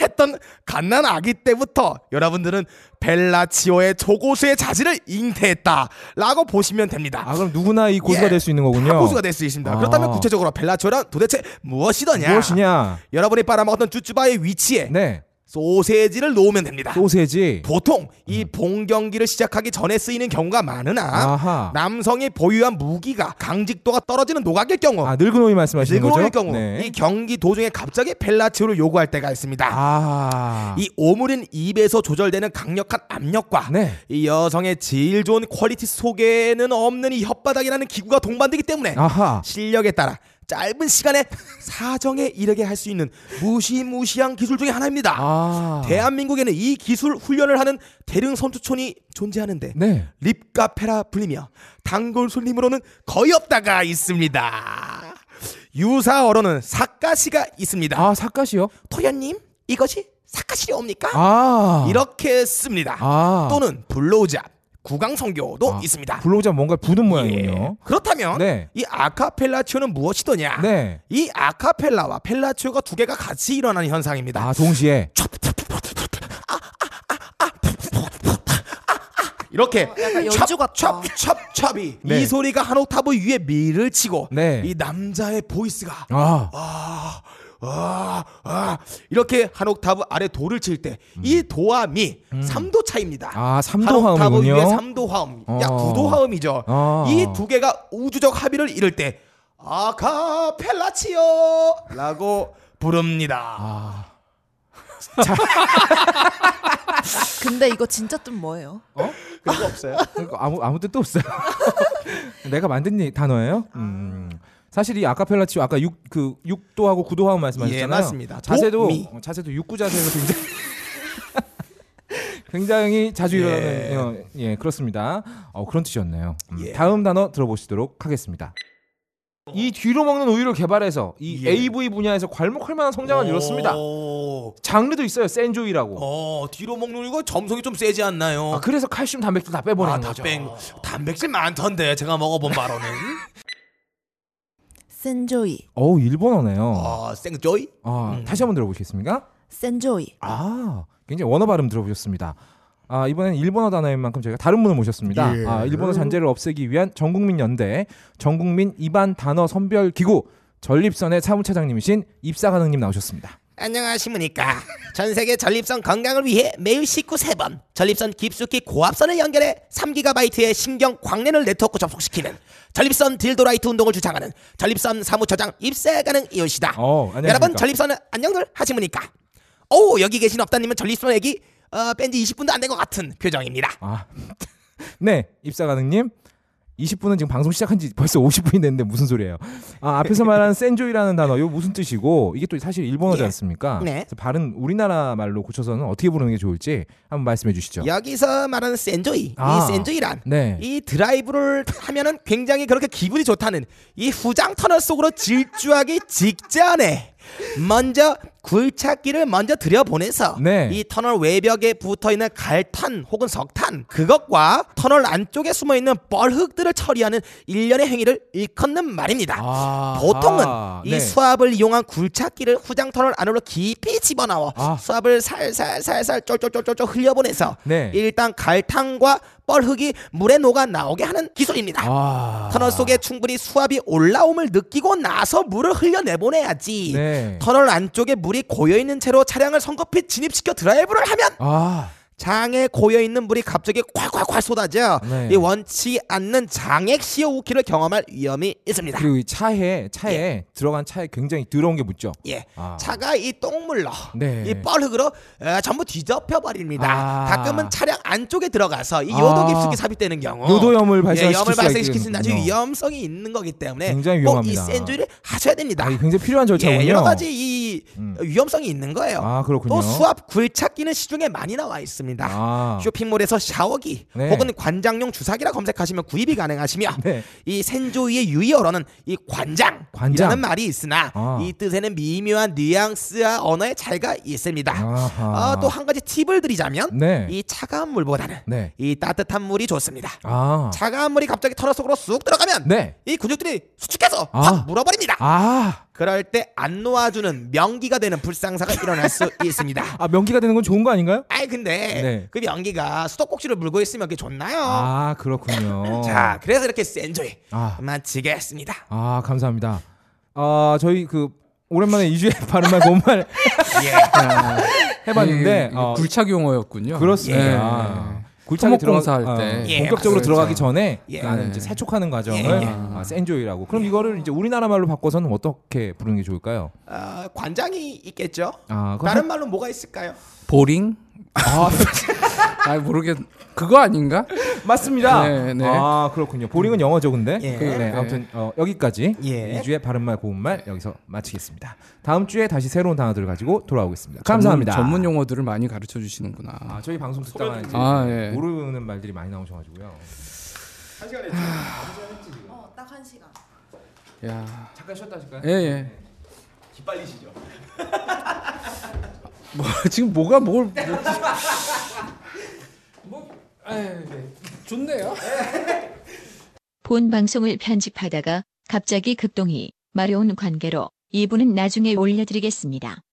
[SPEAKER 1] 했던 갓난 아기 때부터 여러분들은 벨라치오의 조고수의 자질을 잉태했다라고 보시면 됩니다.
[SPEAKER 2] 아 그럼 누구나 이 고수가
[SPEAKER 1] 예,
[SPEAKER 2] 될 수 있는 거군요.
[SPEAKER 1] 다 고수가 될 수 있습니다.
[SPEAKER 2] 아.
[SPEAKER 1] 그렇다면 구체적으로 벨라치오란 도대체 무엇이더냐?
[SPEAKER 2] 무엇이냐?
[SPEAKER 1] 여러분이 빨아먹었던 쭈쭈바의 위치에
[SPEAKER 2] 네.
[SPEAKER 1] 소세지를 놓으면 됩니다.
[SPEAKER 2] 소세지. 음.
[SPEAKER 1] 보통 이 봉경기를 시작하기 전에 쓰이는 경우가 많으나
[SPEAKER 2] 아하.
[SPEAKER 1] 남성이 보유한 무기가 강직도가 떨어지는 노각일 경우
[SPEAKER 2] 아 늙은 오이 말씀하시는
[SPEAKER 1] 늙어올
[SPEAKER 2] 거죠?
[SPEAKER 1] 경우
[SPEAKER 2] 네.
[SPEAKER 1] 뭐. 이 경기 도중에 갑자기 펠라치오를 요구할 때가 있습니다.
[SPEAKER 2] 아.
[SPEAKER 1] 이 오므린 입에서 조절되는 강력한 압력과
[SPEAKER 2] 네.
[SPEAKER 1] 이 여성의 제일 좋은 퀄리티 속에는 없는 이 혓바닥이라는 기구가 동반되기 때문에
[SPEAKER 2] 아하.
[SPEAKER 1] 실력에 따라 짧은 시간에 사정에 이르게 할 수 있는 무시무시한 기술 중에 하나입니다.
[SPEAKER 2] 아.
[SPEAKER 1] 대한민국에는 이 기술 훈련을 하는 대릉 선수촌이 존재하는데
[SPEAKER 2] 네.
[SPEAKER 1] 립카페라 불리며 단골 손님으로는 거의 없다가 있습니다. 유사어로는 사카시가 있습니다.
[SPEAKER 2] 아 사카시요?
[SPEAKER 1] 토연님 이것이 사카시옵니까?
[SPEAKER 2] 아.
[SPEAKER 1] 이렇게 씁니다.
[SPEAKER 2] 아.
[SPEAKER 1] 또는 블로우잡, 구강성교도
[SPEAKER 2] 아,
[SPEAKER 1] 있습니다.
[SPEAKER 2] 블로우자 뭔가 부는 모양이군요.
[SPEAKER 1] 예. 그렇다면
[SPEAKER 2] 네.
[SPEAKER 1] 이 아카펠라치오는 무엇이더냐?
[SPEAKER 2] 네.
[SPEAKER 1] 이 아카펠라와 펠라치오가 두 개가 같이 일어나는 현상입니다.
[SPEAKER 2] 아 동시에
[SPEAKER 1] 이렇게
[SPEAKER 3] 어, 약간 연주 같다.
[SPEAKER 1] 찹찹찹찹이
[SPEAKER 2] 네.
[SPEAKER 1] 이 소리가 한 옥타브 위에 미를 치고
[SPEAKER 2] 네.
[SPEAKER 1] 이 남자의 보이스가
[SPEAKER 2] 아
[SPEAKER 1] 아, 아, 아 이렇게 한 옥타브 아래 도를 칠 때 이 도와 미 삼 3도 차입니다.
[SPEAKER 2] 음. 아, 삼도
[SPEAKER 1] 한 옥타브
[SPEAKER 2] 화음이군요.
[SPEAKER 1] 위에 3도 화음, 약
[SPEAKER 2] 어.
[SPEAKER 1] 9도 화음이죠.
[SPEAKER 2] 어.
[SPEAKER 1] 이 두 개가 우주적 합의를 이룰 때 아카펠라치오라고 부릅니다.
[SPEAKER 2] 아.
[SPEAKER 3] 근데 이거 진짜 좀 뭐예요?
[SPEAKER 7] 그런 거 없어요?
[SPEAKER 2] 그러니까 아무 아무 뜻도 없어요. 내가 만든 이 단어예요.
[SPEAKER 1] 아.
[SPEAKER 2] 음. 사실 이 아카펠라 치고 아까 육 그 육도하고 구도하고 말씀하셨잖아요.
[SPEAKER 1] 예, 맞습니다.
[SPEAKER 2] 자세도
[SPEAKER 1] 도미.
[SPEAKER 2] 어, 자세도 육구 자세가 굉장히 굉장히 자주 일어나는 어, 예. 그렇습니다. 어 그런 뜻이었네요. 음,
[SPEAKER 1] 예.
[SPEAKER 2] 다음 단어 들어보시도록 하겠습니다. 이 뒤로 먹는 우유를 개발해서 이
[SPEAKER 1] 예.
[SPEAKER 2] AV 분야에서 괄목할 만한 성장을 이뤘습니다.
[SPEAKER 1] 오,
[SPEAKER 2] 장르도 있어요. 센조이라고.
[SPEAKER 1] 어, 뒤로 먹는 이거 점성이 좀 세지 않나요?
[SPEAKER 2] 아, 그래서 칼슘 단백질 다 빼버리는
[SPEAKER 1] 아,
[SPEAKER 2] 거죠.
[SPEAKER 1] 단백, 단백질 많던데 제가 먹어본 바로는
[SPEAKER 3] 센조이,
[SPEAKER 2] 어우 일본어네요.
[SPEAKER 1] 어, 생조이
[SPEAKER 2] 아,
[SPEAKER 1] 음.
[SPEAKER 2] 다시 한번 들어보시겠습니까?
[SPEAKER 3] 센조이.
[SPEAKER 2] 아, 굉장히 원어 발음 들어보셨습니다. 아, 이번엔 일본어 단어인 만큼 저희가 다른 분을 모셨습니다.
[SPEAKER 1] 예.
[SPEAKER 2] 아, 일본어 잔재를 없애기 위한 전국민 연대, 전국민 입안 단어 선별 기구 전립선의 사무차장님이신 입사가능님 나오셨습니다.
[SPEAKER 1] 안녕하십니까. 전 세계 전립선 건강을 위해 매일 식구 세번 전립선 깊숙이 고압선을 연결해 3GB의 신경 광내를 네트워크 접속시키는 전립선 딜도라이트 운동을 주장하는 전립선 사무처장 입세 가능 이웃이다.
[SPEAKER 2] 어, 안녕하십니까.
[SPEAKER 1] 여러분 전립선은 안녕들 하십니까? 오 여기 계신 업다님은 전립선 얘기 어, 뺀지 20분도 안 된 것 같은 표정입니다.
[SPEAKER 2] 아, 네, 입사가능님. 20분은 지금 방송 시작한 지 벌써 50분이 됐는데 무슨 소리예요? 아, 앞에서 말한 센조이라는 단어, 이거 무슨 뜻이고, 이게 또 사실 일본어지
[SPEAKER 1] 예.
[SPEAKER 2] 않습니까?
[SPEAKER 1] 네.
[SPEAKER 2] 그래서 발음 우리나라 말로 고쳐서는 어떻게 부르는 게 좋을지 한번 말씀해 주시죠.
[SPEAKER 1] 여기서 말하는 센조이
[SPEAKER 2] 아.
[SPEAKER 1] 이 센조이란
[SPEAKER 2] 네.
[SPEAKER 1] 이 드라이브를 하면은 굉장히 그렇게 기분이 좋다는 이 후장 터널 속으로 질주하기 직전에 먼저 굴착기를 먼저 들여보내서
[SPEAKER 2] 네.
[SPEAKER 1] 이 터널 외벽에 붙어있는 갈탄 혹은 석탄 그것과 터널 안쪽에 숨어있는 뻘흙들을 처리하는 일련의 행위를 일컫는 말입니다
[SPEAKER 2] 아,
[SPEAKER 1] 보통은
[SPEAKER 2] 아,
[SPEAKER 1] 이
[SPEAKER 2] 네.
[SPEAKER 1] 수압을 이용한 굴착기를 후장 터널 안으로 깊이 집어넣어
[SPEAKER 2] 아.
[SPEAKER 1] 수압을 살살살살 쫄쫄쫄쫄 흘려보내서
[SPEAKER 2] 네.
[SPEAKER 1] 일단 갈탕과 뻘흙이 물에 녹아 나오게 하는 기술입니다.
[SPEAKER 2] 아.
[SPEAKER 1] 터널 속에 충분히 수압이 올라옴을 느끼고 나서 물을 흘려내보내야지.
[SPEAKER 2] 네.
[SPEAKER 1] 터널 안쪽에 물이 고여있는 채로 차량을 성급히 진입시켜 드라이브를 하면
[SPEAKER 2] 아,
[SPEAKER 1] 장에 고여 있는 물이 갑자기 콸콸콸 쏟아져
[SPEAKER 2] 네.
[SPEAKER 1] 이 원치 않는 장액 CO2를 경험할 위험이 있습니다.
[SPEAKER 2] 그리고 이 차에 차에 들어간 차에 굉장히 더러운 게 묻죠.
[SPEAKER 1] 예,
[SPEAKER 2] 아.
[SPEAKER 1] 차가 이 똥물로
[SPEAKER 2] 네.
[SPEAKER 1] 이 뻘흙으로 에, 전부 뒤덮여 버립니다.
[SPEAKER 2] 아.
[SPEAKER 1] 가끔은 차량 안쪽에 들어가서 이
[SPEAKER 2] 아.
[SPEAKER 1] 요도 깊숙이 삽입되는 경우
[SPEAKER 2] 요도염을
[SPEAKER 1] 예,
[SPEAKER 2] 발생시킬
[SPEAKER 1] 염을
[SPEAKER 2] 수가
[SPEAKER 1] 발생시킬 수
[SPEAKER 2] 있겠군요.
[SPEAKER 1] 있는 아주 위험성이 있는 거기 때문에
[SPEAKER 2] 굉장히 위험합니다.
[SPEAKER 1] 꼭이 센주를 하셔야 됩니다.
[SPEAKER 2] 아, 이게 굉장히 필요한 절차군요. 음.
[SPEAKER 1] 예, 여러 가지 이 위험성이 있는 거예요.
[SPEAKER 2] 아, 그렇군요.
[SPEAKER 1] 또 수압 굴착기는 시중에 많이 나와 있습니다.
[SPEAKER 2] 아.
[SPEAKER 1] 쇼핑몰에서 샤워기
[SPEAKER 2] 네.
[SPEAKER 1] 혹은 관장용 주사기라 검색하시면 구입이 가능하시며
[SPEAKER 2] 네.
[SPEAKER 1] 이 센조이의 유의어로는 이 관장이라는
[SPEAKER 2] 관장.
[SPEAKER 1] 말이 있으나
[SPEAKER 2] 아.
[SPEAKER 1] 이 뜻에는 미묘한 뉘앙스와 언어의 차이가 있습니다.
[SPEAKER 2] 아하.
[SPEAKER 1] 또 한 가지 팁을 드리자면
[SPEAKER 2] 네.
[SPEAKER 1] 이 차가운 물보다는
[SPEAKER 2] 네.
[SPEAKER 1] 이 따뜻한 물이 좋습니다.
[SPEAKER 2] 아.
[SPEAKER 1] 차가운 물이 갑자기 터널 속으로 쑥 들어가면
[SPEAKER 2] 네.
[SPEAKER 1] 이 근육들이 수축해서
[SPEAKER 2] 아.
[SPEAKER 1] 확 물어버립니다.
[SPEAKER 2] 아.
[SPEAKER 1] 그럴 때 안 놓아주는 명기가 되는 불상사가 일어날 수 있습니다.
[SPEAKER 2] 아, 명기가 되는 건 좋은 거 아닌가요?
[SPEAKER 1] 아이 근데
[SPEAKER 2] 네.
[SPEAKER 1] 그 명기가 수도꼭지를 물고 있으면 그게 좋나요?
[SPEAKER 2] 아, 그렇군요.
[SPEAKER 1] 자 그래서 이렇게 센조이
[SPEAKER 2] 아.
[SPEAKER 1] 마치겠습니다.
[SPEAKER 2] 아, 감사합니다. 아, 저희 그 오랜만에 이주의 바른말 고운말 예. 아, 해 봤는데 어,
[SPEAKER 4] 이게 굴착 용어였군요.
[SPEAKER 2] 그렇습니다.
[SPEAKER 4] 예.
[SPEAKER 2] 굴착이 들어 그렇죠.
[SPEAKER 4] 토목공사할 때.
[SPEAKER 1] 예,
[SPEAKER 2] 본격적으로
[SPEAKER 4] 맞습니다.
[SPEAKER 2] 들어가기 전에
[SPEAKER 1] 예.
[SPEAKER 2] 나는 이제 세척하는 과정을
[SPEAKER 1] 예, 예.
[SPEAKER 2] 아, 센조이라고. 그럼 이거를 이제 우리나라 말로 바꿔서는 어떻게 부르는 게 좋을까요?
[SPEAKER 1] 어, 관장이 있겠죠?
[SPEAKER 2] 아, 그럼
[SPEAKER 1] 다른 말로 뭐가 있을까요?
[SPEAKER 4] 보링? 아, 아 모르겠. 그거 아닌가?
[SPEAKER 2] 맞습니다.
[SPEAKER 4] 네, 네.
[SPEAKER 2] 아 그렇군요. 보링은 영어죠, 근데.
[SPEAKER 1] 예.
[SPEAKER 2] 그, 네,
[SPEAKER 4] 네.
[SPEAKER 2] 아무튼 어, 여기까지
[SPEAKER 1] 예.
[SPEAKER 2] 2주의 바른말 고운말 여기서 마치겠습니다. 다음 주에 다시 새로운 단어들을 가지고 돌아오겠습니다. 감사합니다.
[SPEAKER 4] 전문, 전문 용어들을 많이 가르쳐 주시는구나.
[SPEAKER 2] 아, 저희 방송 듣다가 이제
[SPEAKER 4] 아, 예.
[SPEAKER 2] 모르는 말들이 많이 나오셔가지고요.
[SPEAKER 3] 어, 딱 한 시간.
[SPEAKER 4] 야.
[SPEAKER 2] 잠깐 쉬었다 하실까요?
[SPEAKER 4] 예, 예. 기빨리시죠. 뭐 지금 뭐가 뭘
[SPEAKER 2] 아, 예,
[SPEAKER 4] 좋네요.
[SPEAKER 8] 본 방송을 편집하다가 갑자기 급동이 마려운 관계로 이분은 나중에 올려드리겠습니다.